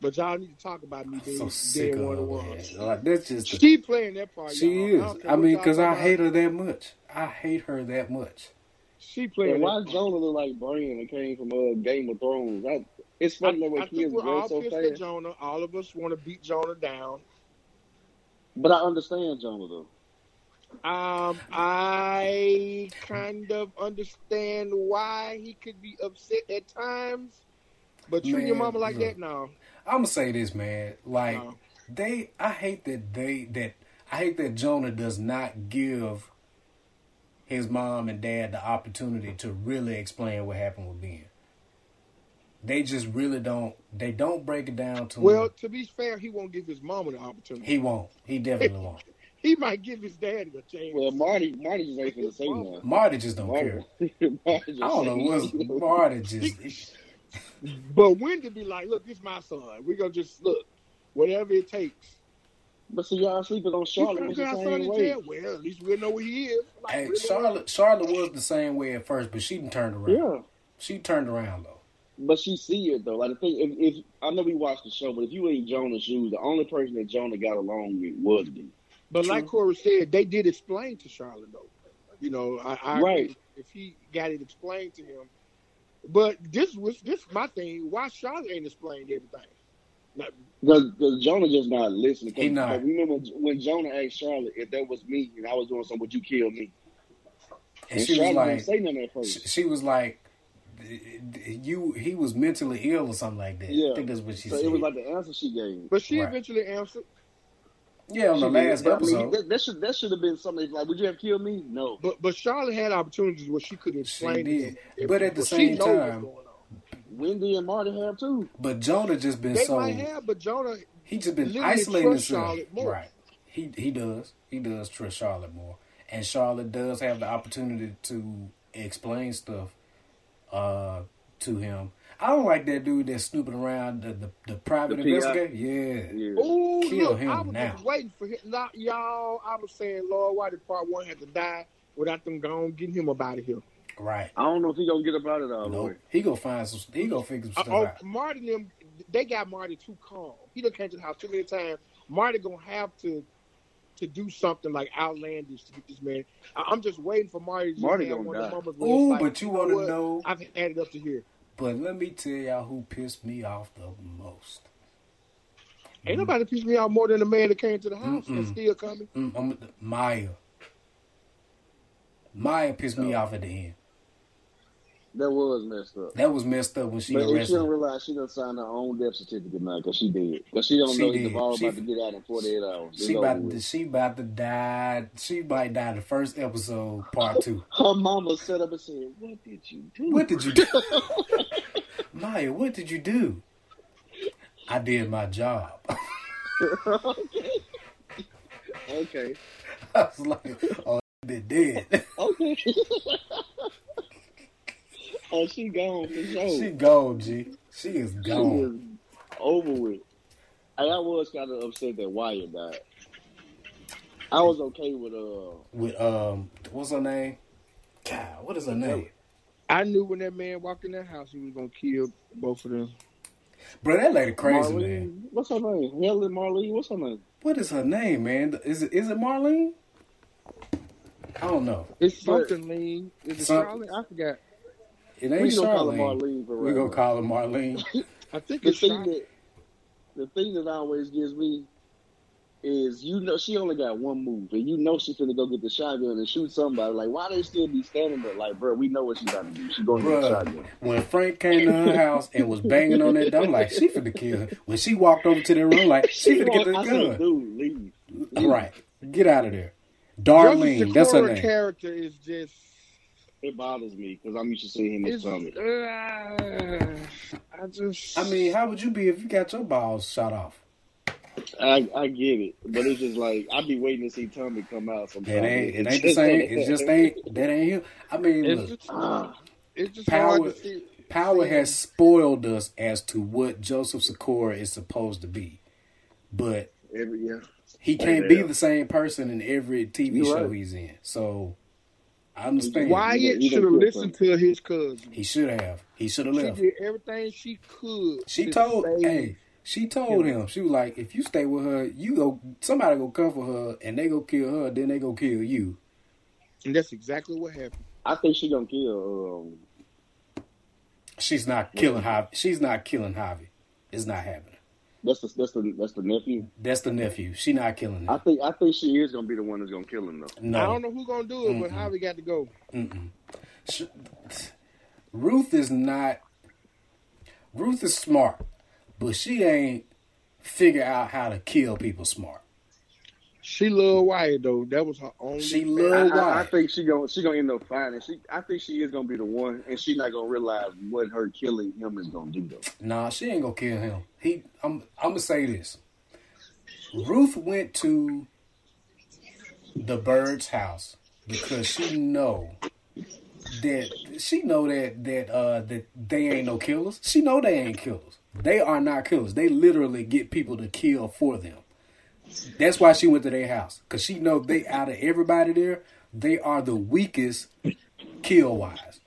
C: but y'all need to talk about me
B: I'm
C: being,
B: so sick
C: being
B: of
C: one
B: her.
C: of the
B: man.
C: ones.
B: Like that's just the
C: She playing that part.
B: She
C: y'all.
B: is.
C: don't care
B: I
C: what
B: mean,
C: y'all
B: because I
C: talking
B: hate
C: about.
B: her that much. I hate her that much.
C: She
A: Man,
C: playing.
A: why
C: that part.
A: Jonah look like Brian and came from uh, Game of Thrones? I, it's funny that
C: I,
A: when
C: I think
A: kids
C: we're
A: grow
C: all
A: so
C: pissed at
A: fast.
C: Jonah. All of us want to beat Jonah down.
A: But I understand Jonah though.
C: Um, I kind of understand why he could be upset at times, but treating your
B: Man,
C: mama like
B: look.
C: that, no,
B: I'm gonna say this, man. Like
C: No.
B: they, I hate that they that I hate that Jonah does not give his mom and dad the opportunity to really explain what happened with Ben. They just really don't. They don't break it down to
C: Well,
B: him.
C: to be fair, he won't give his mama the opportunity.
B: He won't. He definitely won't.
C: he might give his daddy a chance.
A: Well, Marty, Marty just *laughs* ain't gonna say nothing.
B: Marty just don't
A: Marty,
B: *laughs* care.
A: Marty just
B: I
C: *laughs*
B: don't know what's
A: ain't-
B: Marty just.
C: But Wendy be like, look, this my son. We're gonna just look, whatever it takes.
A: But see, y'all sleeping on
C: You
A: Charlotte was
C: put
A: the
C: our son
A: same
C: in
A: way.
C: jail. Well, at least we'll know where he is. Like,
B: Hey,
C: really?
B: Charlotte, Charlotte was the same way at first, but she turned around.
A: Yeah,
B: She turned around though.
A: but she see it though. Like the thing, if, if I know we watched the show, but if you ain't Jonah's shoes, the only person that Jonah got along with was me.
C: But like Corey said, they did explain to Charlotte though. You know, I, I
A: Right.
C: if he got it explained to him. But this was this my thing. Why Charlotte ain't explained everything?
A: Because Jonah just not listening. 'Cause-
B: He not.
A: But remember when Jonah asked Charlotte if that was me and I was doing something, would you kill me?
B: And she was
A: didn't
B: like,
A: say nothing at
B: she,
A: first.
B: she was like, d- d- you. He was mentally ill or something like that.
A: Yeah.
B: I think that's what she
A: So
B: said.
A: it was like the answer she gave.
C: But she
B: Right.
C: eventually answered.
B: yeah, on the
A: She
B: last
A: did, but I mean,
B: episode,
A: that, that should that should have been something like, would you have killed me? No.
C: But but Charlotte had opportunities where she could
B: She
C: explain. to
B: did.
C: him if-
B: But at the
C: well, she
B: same
C: know what's
B: time-
C: going on.
A: Wendy and Marty have too.
B: but Jonah just been
C: they
B: so
C: might have. But Jonah,
B: he just been
C: literally
B: isolating
C: trust
B: himself.
C: Charlotte more.
B: Right. He he does. He does trust Charlotte more, and Charlotte does have the opportunity to explain stuff uh, to him. I don't like that dude that's snooping around the the, the private
A: The PI.
B: investigator. Yeah.
A: Yeah.
C: oh
B: Kill
C: look,
B: him
C: I was
B: now.
C: just waiting for him. Not y'all. I was saying, Lord, why did part one have to die without them gone getting him up out of here?
B: Right.
A: I don't know if he gonna get up out of all the
B: Nope.
A: way.
B: He gonna find some. He gonna figure some
C: Uh,
B: stuff
C: oh,
B: out.
C: Marty and them, they got Marty too calm. He done came to the house too many times. Marty gonna have to to do something like outlandish to get this man. I, I'm just waiting for Marty. To
A: Marty
C: have
A: gonna
C: one of them
A: die.
C: moments where it's
B: Ooh,
C: like,
B: but you
C: know
B: want to
C: what?
B: know?
C: I've had it up to here.
B: But let me tell y'all who pissed me off the most.
C: Ain't nobody pissed me off more than the man that came to the house and
B: Mm-mm.
C: still coming.
B: Mm, I'm, Maya. Maya pissed me off at the end.
A: That was messed up.
B: That was messed up when she
A: but if she
B: arrested.
A: don't
B: him.
A: realize she done signed her own death certificate now because she did. Because she don't
B: She
A: know he's
B: did.
A: about,
B: She-
A: about to get out in 48 hours. It's
B: She
A: over
B: about
A: with.
B: to, she about to die. She might die the first episode, part two.
A: Her mama sat up and said, What did you do?
B: What did you do, Maya? What did you do? I did my job. *laughs*
A: Okay.
B: I was like, oh, they did.
A: Okay. *laughs* oh, she gone for sure.
B: She
A: She,
B: gone, G. She is
A: is
B: gone.
A: over with. Hey, I was kind of upset that Wyatt died. I was okay with uh
B: With um, what's her name? God, what is her name?
C: I knew when that man walked in that house, he was gonna kill both of them.
B: Bro, that lady crazy
A: Marlene.
B: man.
A: What's her name? Helen Marlene. What's her name?
B: What is her name, man? Is it is it Marlene? I don't know.
C: It's
A: But-
C: something lean. Is it
B: Some-
C: Charlotte? I forgot.
B: It
A: uh, We
B: ain't
A: gonna call her
B: Charlene.
A: Marlene for
B: We
A: right
B: gonna
A: now.
B: call her
A: *laughs*
B: Marlene.
C: I think
A: the
C: it's
A: thing
C: Charlotte.
A: that the thing that always gives me is you know she only got one move and you know she's gonna go get the shotgun and shoot somebody. Like why they still be standing there? Like bro, we know what she's about to do. She going to get the
B: Bruh,
A: shotgun.
B: when Frank came to her house and was banging on that door, I'm like, she finna kill her. When she walked over to the room, like, she finna get
A: I
B: this
A: said,
B: gun.
A: dude, leave.
B: Right. Get out of there.
C: Joseph
B: Darlene, that's her
C: Sikora
B: name.
C: character is just.
A: It bothers me because I'm used to seeing him in
C: It's,
A: something.
C: uh, I just.
B: I mean, how would you be if you got your balls shot off?
A: I, I get it, but it's just like I'd be waiting to see Tommy come out.
B: It
A: Sometimes
B: ain't
A: *laughs*
B: it ain't the same. It just ain't that ain't him. I mean
C: it's
B: look,
C: just,
A: Ah.
C: it's just
B: power-
C: hard to see.
B: power has spoiled us as to what Joseph Sikora is supposed to be. But
A: Every, yeah.
B: he can't be
A: Yeah.
B: the same person in every TV
A: You're
B: show
A: right.
B: he's in. So I understand.
A: You
C: Wyatt
A: don't- you
C: should have
A: don't feel
C: listened to his cousin.
B: He should have. He should have
C: She
B: left.
C: did everything she could.
B: She
C: to
B: told
C: save-
B: hey, she told him. She was like, if you stay with her, you go somebody go cover her and they go kill her, then they go kill you.
C: and that's exactly what happened.
A: I think she gonna kill. Um,
B: She's not killing Javi. She's not killing Javi. It's not happening.
A: that's the that's the that's the nephew.
B: That's the nephew. She not killing him.
A: I think I think she is gonna be the one that's gonna kill him though.
B: no.
C: I don't know who's gonna do it, but how we got to go.
B: Sh- Ruth is not. Ruth is smart, but she ain't figure out how to kill people smart.
C: She loved Wyatt though. That was her only.
B: She
C: fan.
B: loved-
A: I,
B: Oh,
A: I, I
B: right.
A: think she gonna she gonna end up finding. She I think she is gonna be the one, and she not gonna realize what her killing him is gonna do though.
B: Nah, she ain't gonna kill him. He, I'm, I'm gonna say this. Ruth went to the bird's house because she know that she know that that uh that they ain't no killers. She know they ain't killers. They are not killers. They literally get people to kill for them. That's why she went to their house because she know they out of everybody there, they are the weakest kill wise.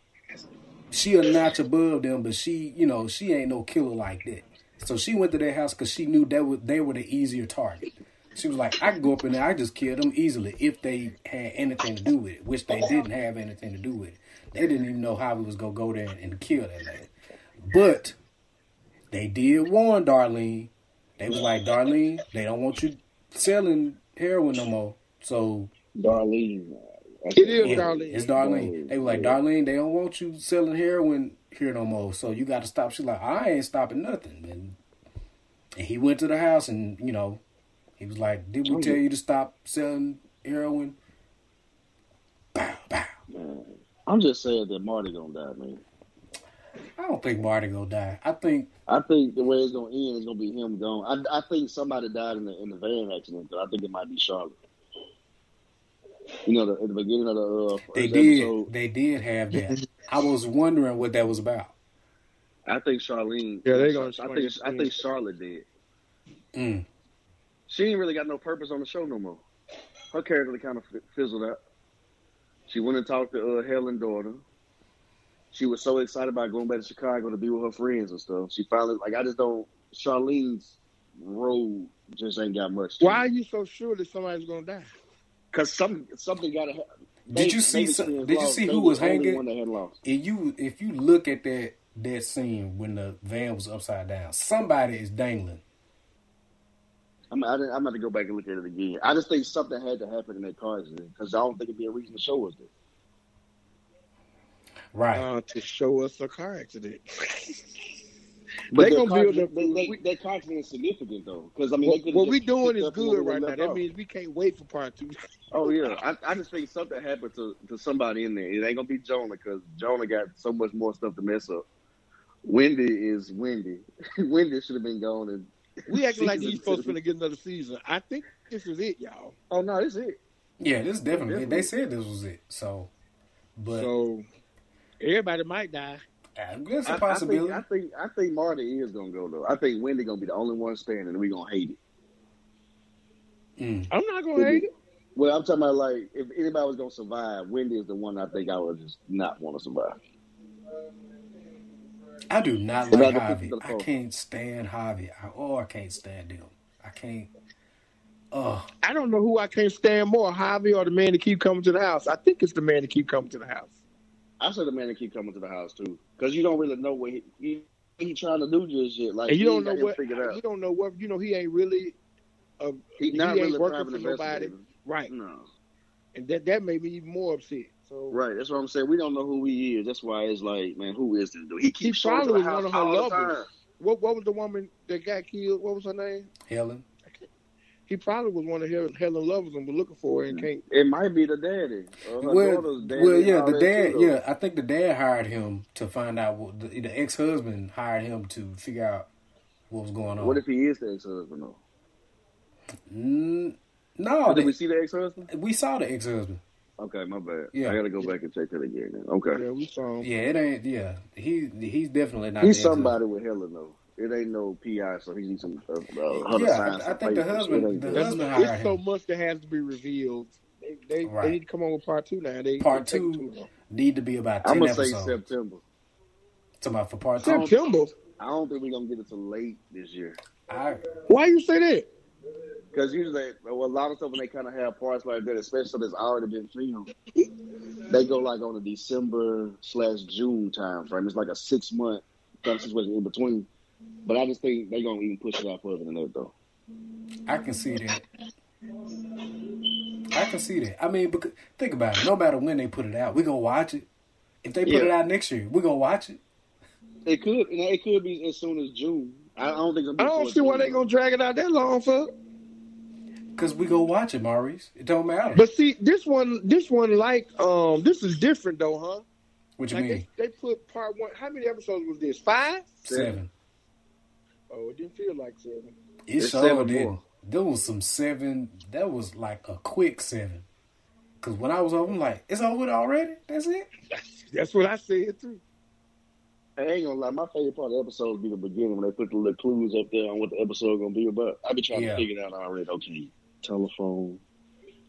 B: She a notch above them, but she you know she ain't no killer like that. So she went to their house because she knew that was, they were the easier target. She was like, I could go up in there, I just kill them easily if they had anything to do with it, which they didn't have anything to do with it. They didn't even know how we was gonna go there and kill that lady. But they did warn Darlene. They was like, Darlene, they don't want you selling heroin no more. So
A: Darlene.
C: It is
B: yeah,
C: Darlene.
B: it's
A: Oh,
B: Darlene. They were like, Darlene, they don't want you selling heroin here no more. So you got to stop. She's like, I ain't stopping nothing. And, and he went to the house and, you know, he was like, Did
A: Oh,
B: we tell you to stop selling heroin? Bow, bow.
A: Man, I'm just saying that Marty gonna die, man.
B: I don't think Marty gonna die. I think,
A: I think the way it's gonna end is gonna be him gone. I, I think somebody died in the in the van accident. But I think it might be Charlotte. You know, the, at the beginning of the uh, first
B: they did.
A: episode,
B: They did have
A: *laughs*
B: that. I was wondering what that was about.
A: I think Charlene.
C: Yeah, they gonna
A: I
C: explain
A: think
C: it.
A: I think Charlotte did.
B: Mm.
A: She ain't really got no purpose on the show no more. Her character kind of fizzled out. She went and talked to uh, Helen's daughter. She was so excited about going back to Chicago to be with her friends and stuff. She finally like I just don't. Charlene's road just ain't got much.
C: Why are you so sure that somebody's gonna die?
A: Because some something got to happen.
B: Did you see? Some, did you see who was hanging?
A: One that had lost.
B: if you if you look at that that scene when the van was upside down, somebody is dangling.
A: I'm, I didn't, I'm about to go back and look at it again. I just think something had to happen in that car accident because I don't think it'd be a reason to show us this.
B: Right.
C: Uh, to show us a car accident. *laughs*
A: But
C: They
A: that
C: gonna
A: car
C: build
A: accident-
C: up-
A: They, they, that car accident is significant though because I mean they
C: what
A: could've
C: what
A: just
C: we doing
A: picked
C: is
A: up and went
C: good
A: and
C: right now.
A: left
C: That
A: off.
C: means we can't wait for part two. *laughs*
A: Oh yeah, I, I just think something happened to, to somebody in there. It ain't gonna be Jonah because Jonah got so much more stuff to mess up. Wendy is Wendy. *laughs* Wendy should have been gone. And
C: We acting like these
A: Season
C: folks
A: two.
C: finna get another season. I think this is it, y'all.
A: oh no, that's it.
B: Yeah, this is definitely.
A: Definitely.
B: They said this was it. So, but
C: so everybody might die.
B: uh, that's
A: I,
B: a
A: I think
B: possibility.
A: I think I think Marty is gonna go though. I think Wendy gonna be the only one standing. and We gonna hate it.
B: Mm.
C: I'm not gonna hate it.
A: Well, I'm talking about like if anybody was gonna survive, Wendy is the one I think I would just not want to survive.
B: I do not
A: But I
B: like
A: don't think
B: Javi.
A: they'll
B: I
A: fold.
B: can't stand Javi. I, oh, I can't stand him. I can't. Oh,
C: I don't know who I can't stand more, Javi or the man that keep coming to the house. I think it's the man that keep coming to the house.
A: I said the man to keep coming to the house too because you don't really know what he, he, he trying to do just shit. Like
C: And you
A: he
C: don't
A: ain't got
C: know
A: him
C: what
A: figured out.
C: you don't know what you know. He ain't really uh,
A: He not
C: ain't
A: really a
C: working
A: private
C: for nobody.
A: investigator.
C: right,
A: No.
C: and that that made me even more upset. So
A: Right, that's what I'm saying. We don't know who he is. That's why it's like, man, who is this dude? He keeps
C: He
A: showing up to
C: probably was
A: the house
C: one of her
A: all the
C: lovers.
A: time.
C: what what was the woman that got killed? What was her name?
B: Helen.
C: He probably was one of Helen, Helen Lovers and was looking for her and can't.
A: It might be the daddy. Or her
B: Well,
A: daughter's daddy
B: well,
A: and
B: yeah,
A: all
B: the
A: that
B: dad.
A: too, though.
B: yeah, I think the dad hired him to find out. What, the, the ex husband hired him to figure out what was going on.
A: What if he is the ex husband though?
B: Mm, no,
A: Did
B: they,
A: we see the ex husband?
B: we saw the ex husband.
A: Okay, my bad.
B: Yeah.
A: I gotta go back and check that again then. Okay.
C: Yeah, we saw him.
B: Yeah, it ain't. Yeah, he he's definitely not.
A: He's
B: the ex-husband.
A: somebody with Helen though. It ain't no PI, so he needs some uh, uh, her to
B: Yeah,
A: sign
B: I- I
A: some
B: think the
A: papers. It
B: husband-
A: ain't
B: the
A: good.
C: That's,
B: husband- hired
C: it's so
B: him.
C: much that has to be revealed. They they,
B: Right.
C: they need to come on with part two now. They
B: Part
C: they take
B: two.
C: too long.
B: Need to be about 10
A: I'm gonna say
B: episodes.
A: September.
B: Talking about for part two.
C: September.
A: I don't think we're gonna get it to late this year.
B: I,
C: Why you say that?
A: Because usually, well, a lot of stuff when they kind of have parts like that, especially stuff that's already been filmed, they go like on a December slash June time frame. It's like a six month kind of situation in between. But I just think they're gonna even push it out further than that though.
B: I can see that. I can see that. I mean, because, think about it. No matter when they put it out, we're going to watch it. If they put
A: Yeah.
B: it out next year, we're going to watch it.
A: It could, and it could be as soon as June. I I don't think. It's
C: I
A: gonna be
C: don't
A: towards
C: see why
A: June.
C: they gonna drag it out that long for.
B: Because we going to watch it, Maurice. It don't matter.
C: But see, this one, this one, like, um, this is different though, huh?
B: what you
C: Like
B: mean?
C: they, they put part one. How many episodes was this? Five?
B: Seven.
C: Oh, it didn't feel like seven.
B: It
A: It's
B: sure
A: seven
B: did.
A: more.
B: There was some seven. That was like a quick seven. Cause when I was over, I'm like, it's over with already. That's it.
C: That's what I said too.
A: I ain't gonna lie, my favorite part of the episodes be the beginning when they put the little clues up there on what the episode gonna be about. I be trying
B: Yeah.
A: to figure it out already. Okay, telephone,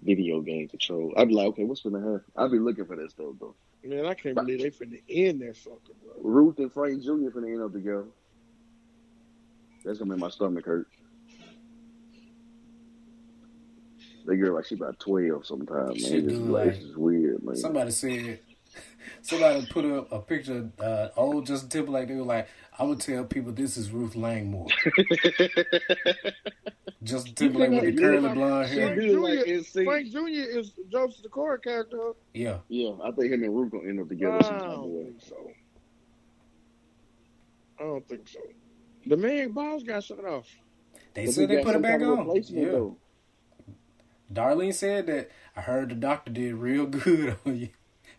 A: video game control. I'd be like, okay, what's gonna happen? I'd be looking for that stuff though.
C: Man, I can't believe they finna end that sucker, bro.
A: Ruth and Frank Jr. finna end up together. That's gonna make my stomach hurt. They girl like she about twelve sometimes, man.
B: She
A: It's just,
B: do,
A: like,
B: like-
A: it's just weird, man.
B: Somebody said, *laughs* somebody put up a picture of uh, old Justin Timberlake. They were like, I would tell people this is Ruth
A: *laughs*
B: Langmore. Justin Timberlake with the
A: that's
B: curly
C: about-
B: blonde
A: she
B: hair.
C: Frank
A: do like
C: Jr.
A: in sync.
C: Frank Jr. is Joseph the Core character.
B: Yeah,
A: Yeah, I think him and Ruth gonna end up
C: I
A: together
B: Oh.
A: sometime.
C: don't
A: boy.
C: think so. I don't think so. The man balls got shut off.
B: they
A: But
B: said they
A: got
B: put it
A: some
B: back
A: kind of
B: on.
A: replacement,
B: Yeah.
A: though.
B: Darlene said that I heard the doctor did real *laughs* good on you.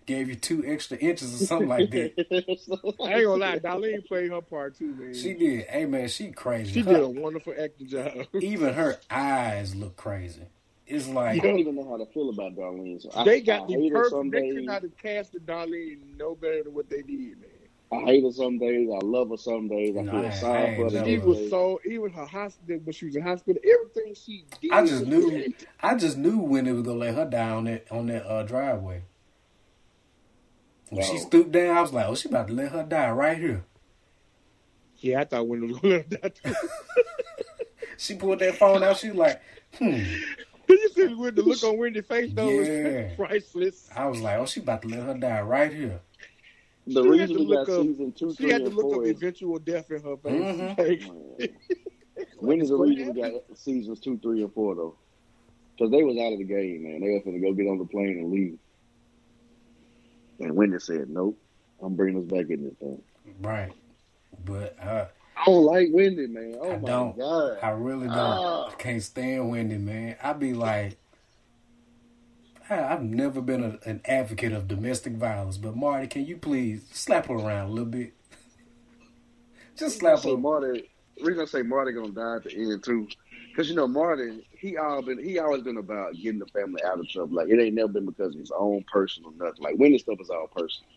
B: Gave you two extra inches or something like
A: *laughs*
B: that.
C: I ain't gonna lie, Darlene played her part too, man.
B: She
C: She,
B: did. Hey man, she crazy.
C: did a wonderful acting job.
B: Even her eyes look crazy. It's like
A: I don't even know how to feel about Darlene. So I,
C: they got
A: I
C: the
A: hate her some
C: perfect. They could
A: days.
C: not have casted Darlene no better than what they did, man.
A: I hate her some days. I love her some days. I
B: No, I-
A: feel
B: I
A: sorry
B: ain't
A: for
B: never-
A: her.
C: She
A: some
C: was
A: days.
C: so even her hospital when she was in hospital, everything she did.
B: I just
C: was
B: knew-
C: good.
B: I just knew when it was gonna let her die on that on that uh, driveway. When she
A: Wow.
B: stooped down, I was like, "Oh, she about to let her die right here."
C: Yeah, I thought when it was gonna *laughs* let her die. too.
B: She pulled that phone out. She was like, "Hmm."
C: you see with the look on Wendy's face though
B: Yeah.
C: was *laughs* priceless.
B: I was like, "Oh, she about to let her die right here."
A: The
C: She had
A: reason
C: to
A: we got
C: look up-
A: season two,
C: She
A: three,
C: had to
A: and
C: look
A: four
C: up
A: is
C: eventual death in her face.
B: Mhm.
C: Like, *laughs*
A: when is the
C: what
A: reason we got seasons two, three, and four though? Because they was out of the game, man. They was gonna go get on the plane and leave. And Wendy said, "Nope, I'm bringing us back in this thing."
B: Right, but I,
A: I don't like Wendy, man. Oh
B: I
A: my
B: don't.
A: god.
B: I really don't.
A: Ah.
B: I can't stand Wendy, man. I be like, I, I've never been a, an advocate of domestic violence, but Marty, can you please slap her around a little bit? *laughs* Just slap
A: So
B: her.
A: Marty, reason I say Marty gonna die at the end too, because you know Marty, he all been he always been about getting the family out of trouble. Like it ain't never been because of his own personal nothing. Like when this stuff is all personal.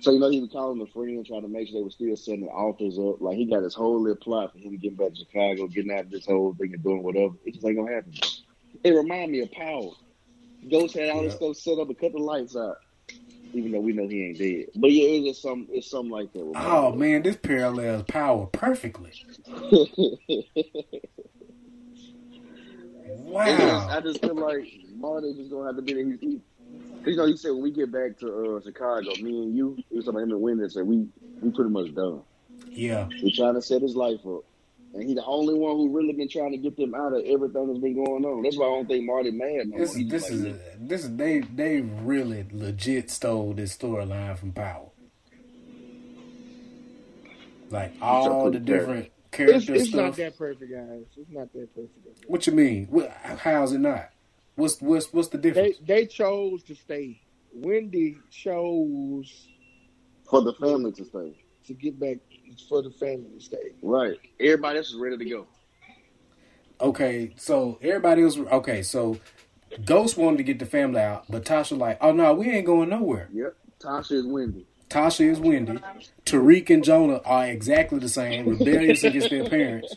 A: So you know he was calling the friend trying to make sure they were still setting the altars up. Like he got his whole little plot for him getting back to Chicago, getting out of this whole thing and doing whatever. It just ain't gonna happen. It remind me of Power. Ghost had all this
B: Yeah.
A: stuff set up and cut the lights out. Even though we know he ain't dead. But yeah, it's just some it's something like that. with
B: Oh
A: Marty.
B: man, this parallels power perfectly.
A: *laughs* It's just- I
B: Wow.
A: just feel like Marty just gonna have to be there. He, he, 'cause, you know, he said when we get back to uh, Chicago, me and you, it was about him and Wendy, and said we we pretty much done.
B: Yeah,
A: We trying to set his life up, and he the only one who really been trying to get them out of everything that's been going on. That's why I don't think Marty mad no
B: this
A: more. He's
B: this
A: like,
B: is this is they they really legit stole this storyline from Power. Like all the
A: pretty fair.
B: different
C: it's,
B: character
C: it's
B: stuff.
C: not that perfect, guys. It's not that perfect.
B: What you mean? What, how's it not? What's what's what's the
C: They
B: difference?
C: they chose to stay. Wendy chose
A: for the family to stay.
C: to get back for the family to stay.
A: Right, everybody else is ready to go.
B: okay, so everybody was okay. So Ghost wanted to get the family out, but Tasha like, oh no, we ain't going nowhere.
A: Yep, Tasha is Wendy.
B: Tasha is Wendy. Tariq and Jonah are exactly the same, rebellious against their parents.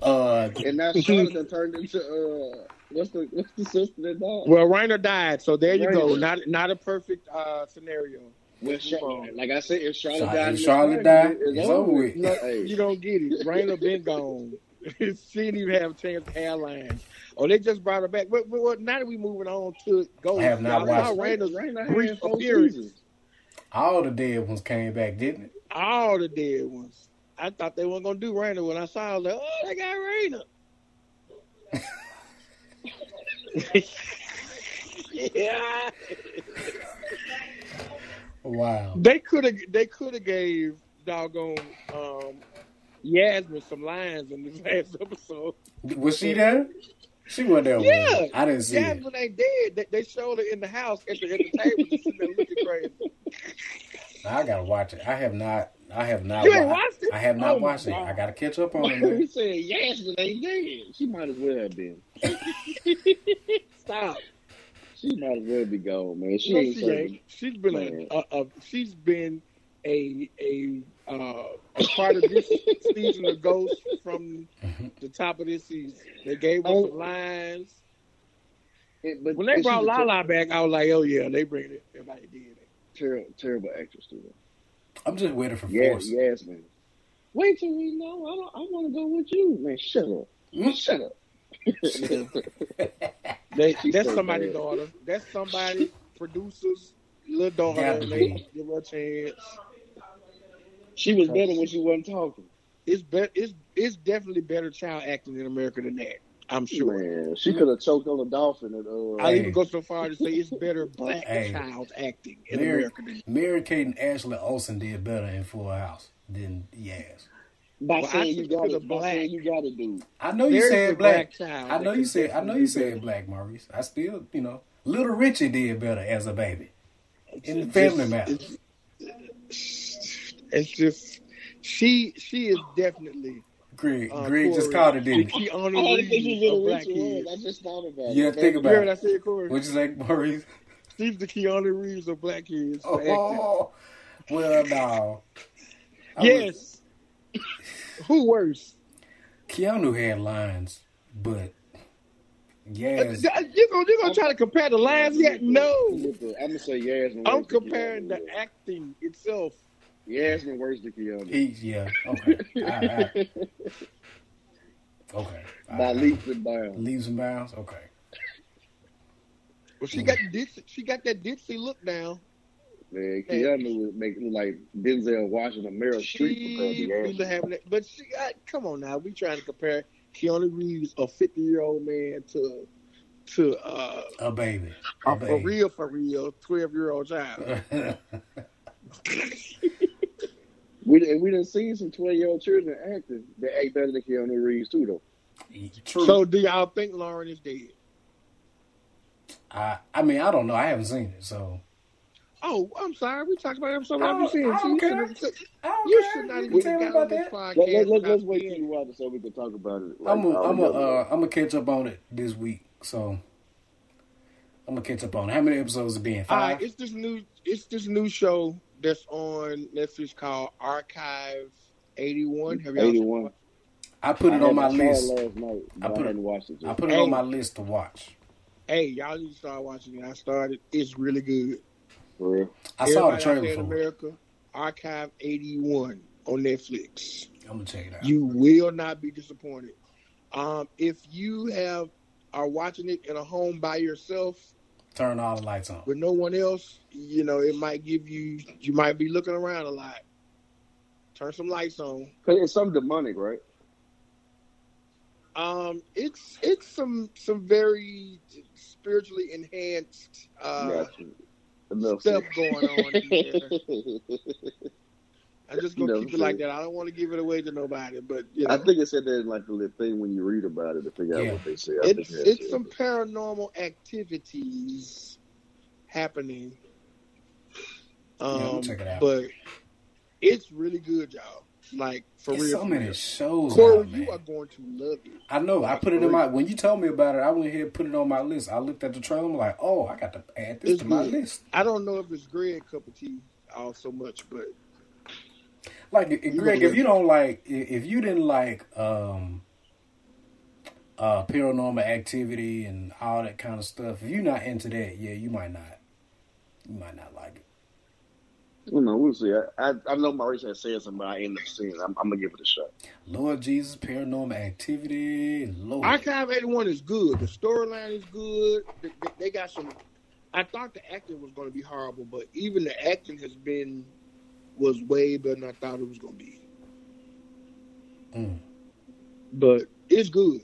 B: Uh,
A: And now Charlotte done turned into uh, what's the what's the sister that died?
C: Well, Reiner died, so there you go.
A: Rainer.
C: Not not a perfect uh, scenario.
A: Well, Charlotte, like I said, if Charlotte
B: Char-
A: died,
B: if Charlotte died, it's over with.
A: No, hey,
C: You don't get it. Rainer been gone. *laughs* she didn't even have a chance to airline. Oh, they just brought her back. But, but, but now that we moving on to go,
B: I have not
C: y'all saw
B: watched it.
C: Reiner's
A: Raina had
C: brief
A: four
C: appearance.
A: seasons.
B: all the dead ones came back, didn't it?
C: All the dead ones. I thought they weren't gonna do Rainer when I saw. I was like, oh, they got Rainer. yeah.
B: Wow.
C: They could have. They could have gave doggone um, Yasmin some lines in this *laughs* last episode.
B: Was she there? She wasn't there. was
C: Yeah.
B: she? I didn't see it.
C: Yasmin ain't dead. They, they showed her in the house at the, at
B: *laughs*
C: the table, just sitting there looking crazy.
B: I gotta watch it. I have not. I have not.
C: You ain't
B: wa-
C: watched it?
B: I have
C: Oh,
B: not
C: my
B: watched it. I
C: God.
B: gotta catch up on
C: *laughs*
B: it. man.
A: We said Yasmin ain't dead. She might as well have been.
C: Stop.
A: She might as well be gone, man. She
C: No,
A: ain't
C: she ain't.
A: serving.
C: She's been
A: Man.
C: a, a, a she's been a a uh, a part of this season of Ghost from the top of this season. They gave us
A: Oh.
C: some lines.
A: It- but
C: When they
A: she's
C: brought
A: a ter-
C: Lala back, I was like, oh yeah, they bring it. Everybody did it.
A: terrible, terrible actress to her.
B: I'm just waiting for
A: Yeah,
B: force.
A: yes, man. Wait till we know. I don't, I want to go with you, man. Shut up. Shut *laughs* up.
C: They,
A: She's
C: that's
A: so
C: somebody's
A: bad.
C: daughter. That's somebody producers little daughter.
B: Gotta
C: They
B: be.
C: give her a chance.
A: She was better when she wasn't talking.
C: It's be, it's it's definitely better child acting in America than that. I'm sure.
A: Man, she could have choked on a dolphin. At, uh,
C: I
B: Hey.
C: even go so far to say it's better black
B: Hey.
C: child acting in
B: Mary-
C: America than
B: Mary Kate and Ashley Olsen did better in Full House than Yaz.
A: by
C: Well, I
A: saying you
C: think
A: got
C: she's a
A: it, by
C: black.
A: saying you got it, dude.
B: I know
C: There
B: you
C: is a
B: said black.
C: child.
B: I know
C: that
B: you
C: could
B: said. I know
C: definitely be
B: you said black, Maurice. I still, you know, Little Richie did better as a baby in the Family Matters.
C: It's, it's just she. She is definitely.
B: Greg,
C: Uh,
B: Greg just
C: Corey.
B: called it, didn't he?
C: She
A: I had to
C: honorees
A: think you
C: of
A: were
C: black
A: rich one.
C: kids.
A: I just thought about it.
B: Yeah, think
C: You hear what
B: about
C: I
B: it.
C: said, Corey?
B: What you say,
C: *laughs*
B: Maurice?
C: She's the Keanu Reeves of black kids. for acting.
B: Oh, well, no. I was-
C: yes. *laughs* Who worse?
B: Keanu had lines, but yes,
C: You're gonna, you gonna try to compare the lines yet? No.
A: I'm gonna say Yasmin.
C: I'm
A: worse than
C: comparing
A: Keanu
C: the
A: Reeves.
C: acting itself.
A: Yasmin worse than Keanu.
B: he, yeah, okay, all right, okay. All
A: By
B: right.
A: leaps and bounds.
B: leaves and bounds, okay.
C: Well,
B: Mm.
C: she got ditzy, she got that ditzy look down.
A: Man, Keanu would make look like Denzel Washington, Meryl Streep because
C: She
A: he
C: was
A: asked.
C: having it, but she I, come on now. We trying to compare Keanu Reeves, a fifty year old man, to to uh,
B: A baby, a,
C: a for
B: baby.
C: real for real twelve year old
B: Uh,
C: child.
A: We and we done seen some twelve year old children acting that act better than Keanu Reeves too though.
B: *laughs* True.
C: So do y'all think Lauren is dead?
B: I, I mean, I don't know. I haven't seen it, so
C: Oh, I'm sorry. We talked about episode.
B: I
C: I've
B: don't- I
C: so
B: don't
C: you
B: care.
C: should,
B: I don't
C: you
B: care.
C: should not
B: You
C: even
B: tell
C: got
B: me
C: on
B: about
C: this
B: that.
C: podcast.
A: Let, let, let,
C: without
A: let's wait till
C: being-
A: you watch it so we can talk about it.
B: I'm
A: Like,
B: gonna
A: I
C: oh,
B: I'm gonna
A: remember.
B: uh, I'm gonna catch up on it this week. So I'm gonna catch up on it. How many episodes it being?
C: All
B: Five.
C: right, it's this new it's this new show that's on Netflix called Archive eighty one. Have y'all seen
A: 81.
C: it?
B: I put it
A: I
B: on my
A: had- I
B: list.
A: saw it Last night, but I,
B: put it-
A: hadn't watched it. Yet.
B: I put it
C: Hey.
B: on my list to watch.
C: Hey, y'all need to start watching it. I started. It's really good.
A: For real.
B: I saw
C: Everybody
B: the
C: out
B: trailer
C: there in
B: for it.
C: America, Archive 81 on Netflix.
B: I'm gonna check it out.
C: You will not be disappointed. Um, if you have are watching it in a home by yourself
B: Turn all the lights on.
C: with no one else, you know it might give you. You might be looking around a lot. Turn some lights on.
A: 'Cause it's something demonic, right?
C: Um, it's it's some some very spiritually enhanced uh,
A: Gotcha. Enough
C: stuff
A: said.
C: going on. *laughs* in
A: *laughs*
C: there. I'm just gonna
A: You know
C: keep it like
A: what
C: that. I don't want to give it away to nobody, but you know,
A: I think it said that in like the little thing when you read about it to figure
B: Yeah.
A: out what they say. I
C: it's
A: think that's
C: it's
A: it.
C: some paranormal activities happening. Um,
B: we'll check it out.
C: But it's really good, y'all. Like for
B: There's
C: real.
B: so
C: for
B: many
C: real.
B: shows
C: Corey,
B: out, man.
C: you are going to love it.
B: I know. I put it in my. When you told me about it, I went here and put it on my list. I looked at the trailer. I'm like, oh, I got to add this
C: It's
B: to my
C: good.
B: list.
C: I don't know if it's Greg cup of tea all so much, but
B: Like, if,
C: You
B: Greg,
C: would
B: if you don't like, i- if you didn't like um, uh, paranormal activity and all that kind of stuff, if you're not into that, yeah, you might not, you might not like it.
A: You know, we'll see. I, I, I know Maurice had said something, but I ended up seeing it. I'm, I'm going to give it a shot.
B: Lord Jesus, paranormal activity, Lord,
C: Archive 81 is good. The storyline is good. They, they- they got some. I thought the acting was going to be horrible, but even the acting has been was way better than I thought it was going to be.
B: Mm.
C: But it's good,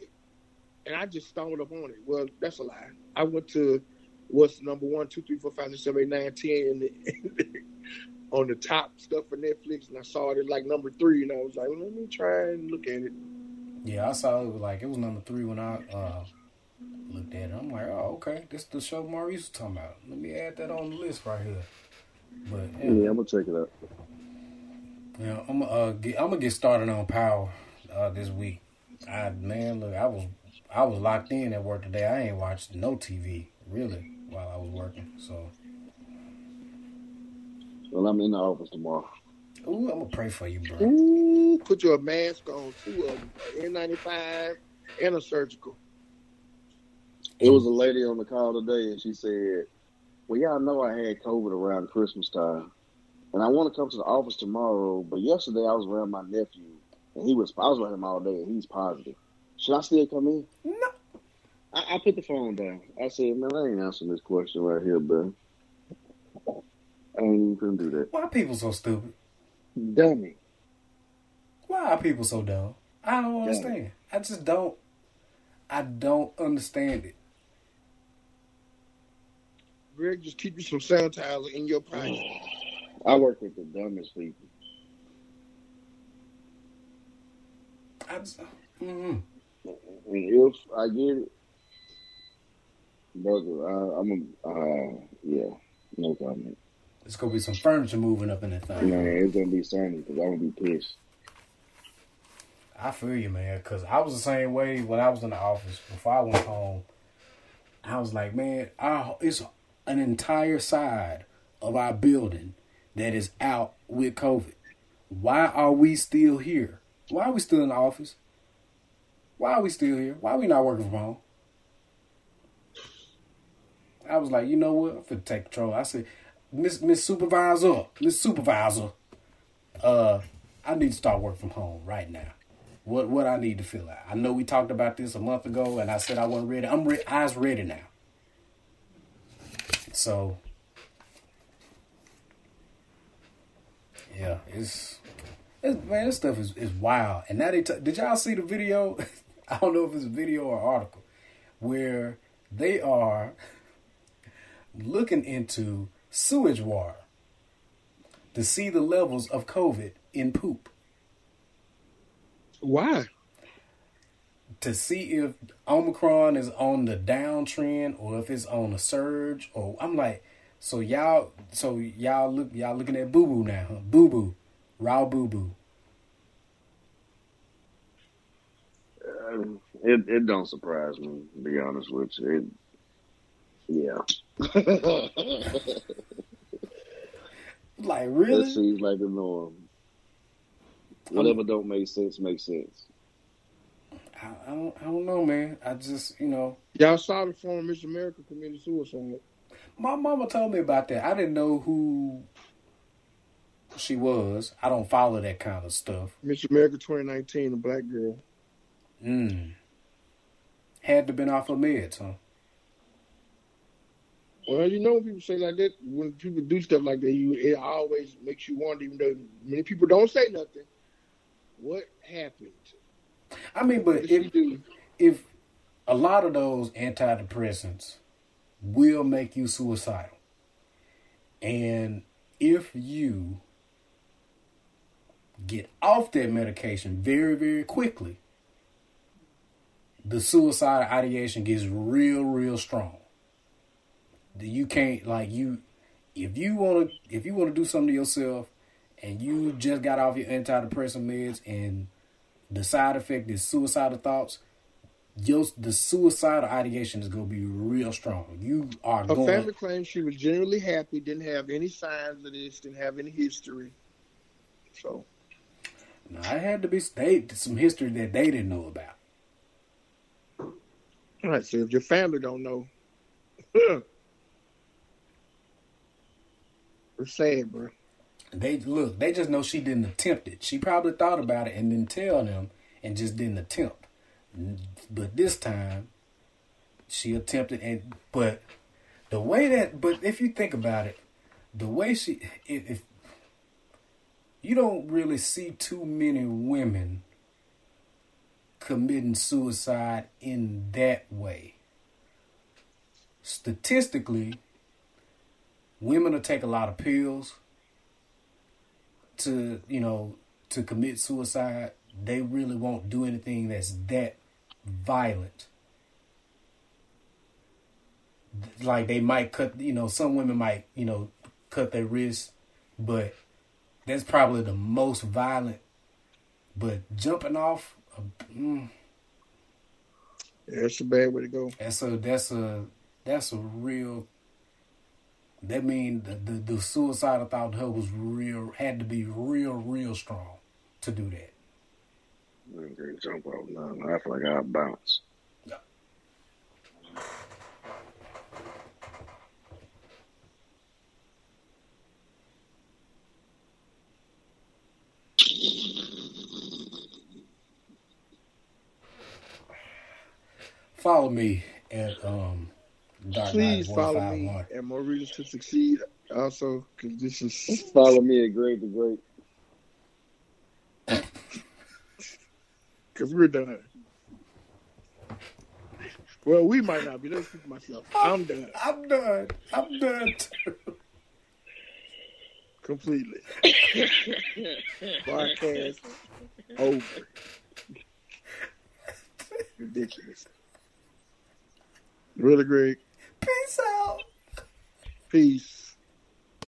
C: and I just stumbled upon it. Well, that's a lie. I went to what's number one, two, three, four, five, six, seven, eight, nine, ten, and the, *laughs* on the top stuff for Netflix, and I saw it at like number three, and I was like, let me try and look at it.
B: yeah, I saw it was like it was number three when I uh, looked at it. I'm like, oh, okay, this is the show Maurice was talking about. Let me add that on the list right here. But
A: Yeah,
B: yeah,
A: I'm going to check it out.
B: Yeah, I'm uh, get, I'm gonna get started on power uh, this week. I man, look, I was I was locked in at work today. I ain't watched no TV really. while I was working. So,
A: Well, I'm in the office tomorrow.
B: ooh, I'm gonna pray for you,
C: Mm-hmm.
B: bro.
C: Ooh, put your mask on, two of them, an N95 and a surgical.
A: It was a lady on the call today, and she said, "Well, y'all know I had COVID around Christmas time, and I want to come to the office tomorrow. But yesterday I was around my nephew, and he was I was around him all day, and he's positive. Should I still come in? No. I, I put the phone down. I said, man, I ain't answering this question right here, bro. I ain't even gonna do that.
B: Why people so stupid?
A: Dummy.
B: Why are people so dumb? I don't
A: Dumb.
B: understand. I just don't. I don't understand it.
C: Greg, just keep you some sanitizer in your pocket.
A: I work with the dumbest people.
B: I just, mm
A: And if I get it, brother, I, I'm a, uh, yeah, no comment.
B: It's gonna be some furniture moving up in that thing.
A: Man, it's gonna be sunny because I'm gonna be pissed.
B: I feel you, man. Cause I was the same way when I was in the office before I went home. I was like, man, I, it's an entire side of our building that is out with COVID. Why are we still here? Why are we still in the office? Why are we still here? Why are we not working from home? I was like, you know what? I'm finna take control. I said, Miss Miss Supervisor, Miss Supervisor, uh, I need to start work from home right now. What what I need to fill out. I know we talked about this a month ago, and I said I wasn't ready. I'm re- I was ready now. So, yeah, it's, it's man, this stuff is, is wild. And now they t- did y'all see the video? *laughs* I don't know if it's a video or article where they are looking into sewage water to see the levels of COVID in poop
C: Why?
B: to see if Omicron is on the downtrend or if it's on a surge. Or I'm like, so y'all, so y'all look, y'all looking at Boo Boo now, huh? Boo Boo, raw Boo Boo.
A: Um, It it don't surprise me to be honest with you. It, *laughs* yeah,
B: Like
A: it
B: really?
A: seems like the norm. Whatever don't make sense makes sense.
B: I, I don't, I don't know, man. I just, you know,
C: Y'all saw the former Miss America committed suicide.
B: My mama told me about that. I didn't know who she was. I don't follow that kind of stuff.
C: Miss America 2019, a black girl.
B: Mm. Had to been off of meds, huh?
C: Well, you know when people say like that, when people do stuff like that, you it always makes you wonder. Even though many people don't say nothing, what happened?
B: I mean,
C: What
B: but
C: did she
B: if
C: do?
B: if a lot of those antidepressants will make you suicidal, and if you get off that medication very very quickly, the suicidal ideation gets real real strong. that you can't like you if you want to if you want to do something to yourself and you just got off your antidepressant meds and the side effect is suicidal thoughts your the suicidal ideation is going to be real strong you are
C: Her family
B: going
C: claims she was generally happy, didn't have any signs of this, didn't have any history. So
B: Now, i had to be they, some history that they didn't know about
C: All right, so if your family don't know, *clears throat* it's sad, bro.
B: they look they just know she didn't attempt it she probably thought about it and didn't tell them and just didn't attempt but this time she attempted and but the way that but if you think about it the way she if, if you don't really see too many women committing suicide in that way statistically women will take a lot of pills to you know to commit suicide they really won't do anything that's that violent Th- like they might cut you know some women might you know cut their wrist but that's probably the most violent but jumping off a- mm,
C: Yeah, that's a bad way to go.
B: that's a that's a that's a real That means the, the, the suicidal thought in her was real, had to be real, real strong to do that.
A: I'm gonna jump off now. I feel like I'll bounce.
B: Follow me at um, Dark
C: Please
B: Knight
C: follow me
B: 151.
C: and more readers to succeed. Also, because this is
A: Follow me at Grave the Great.
C: because we're done. Well, we might not be. Let's speak for myself. I'm done
B: I'm done. I'm done. *laughs*
C: completely. Podcast over. Ridiculous. Really, Greg.
B: Peace out.
C: Peace.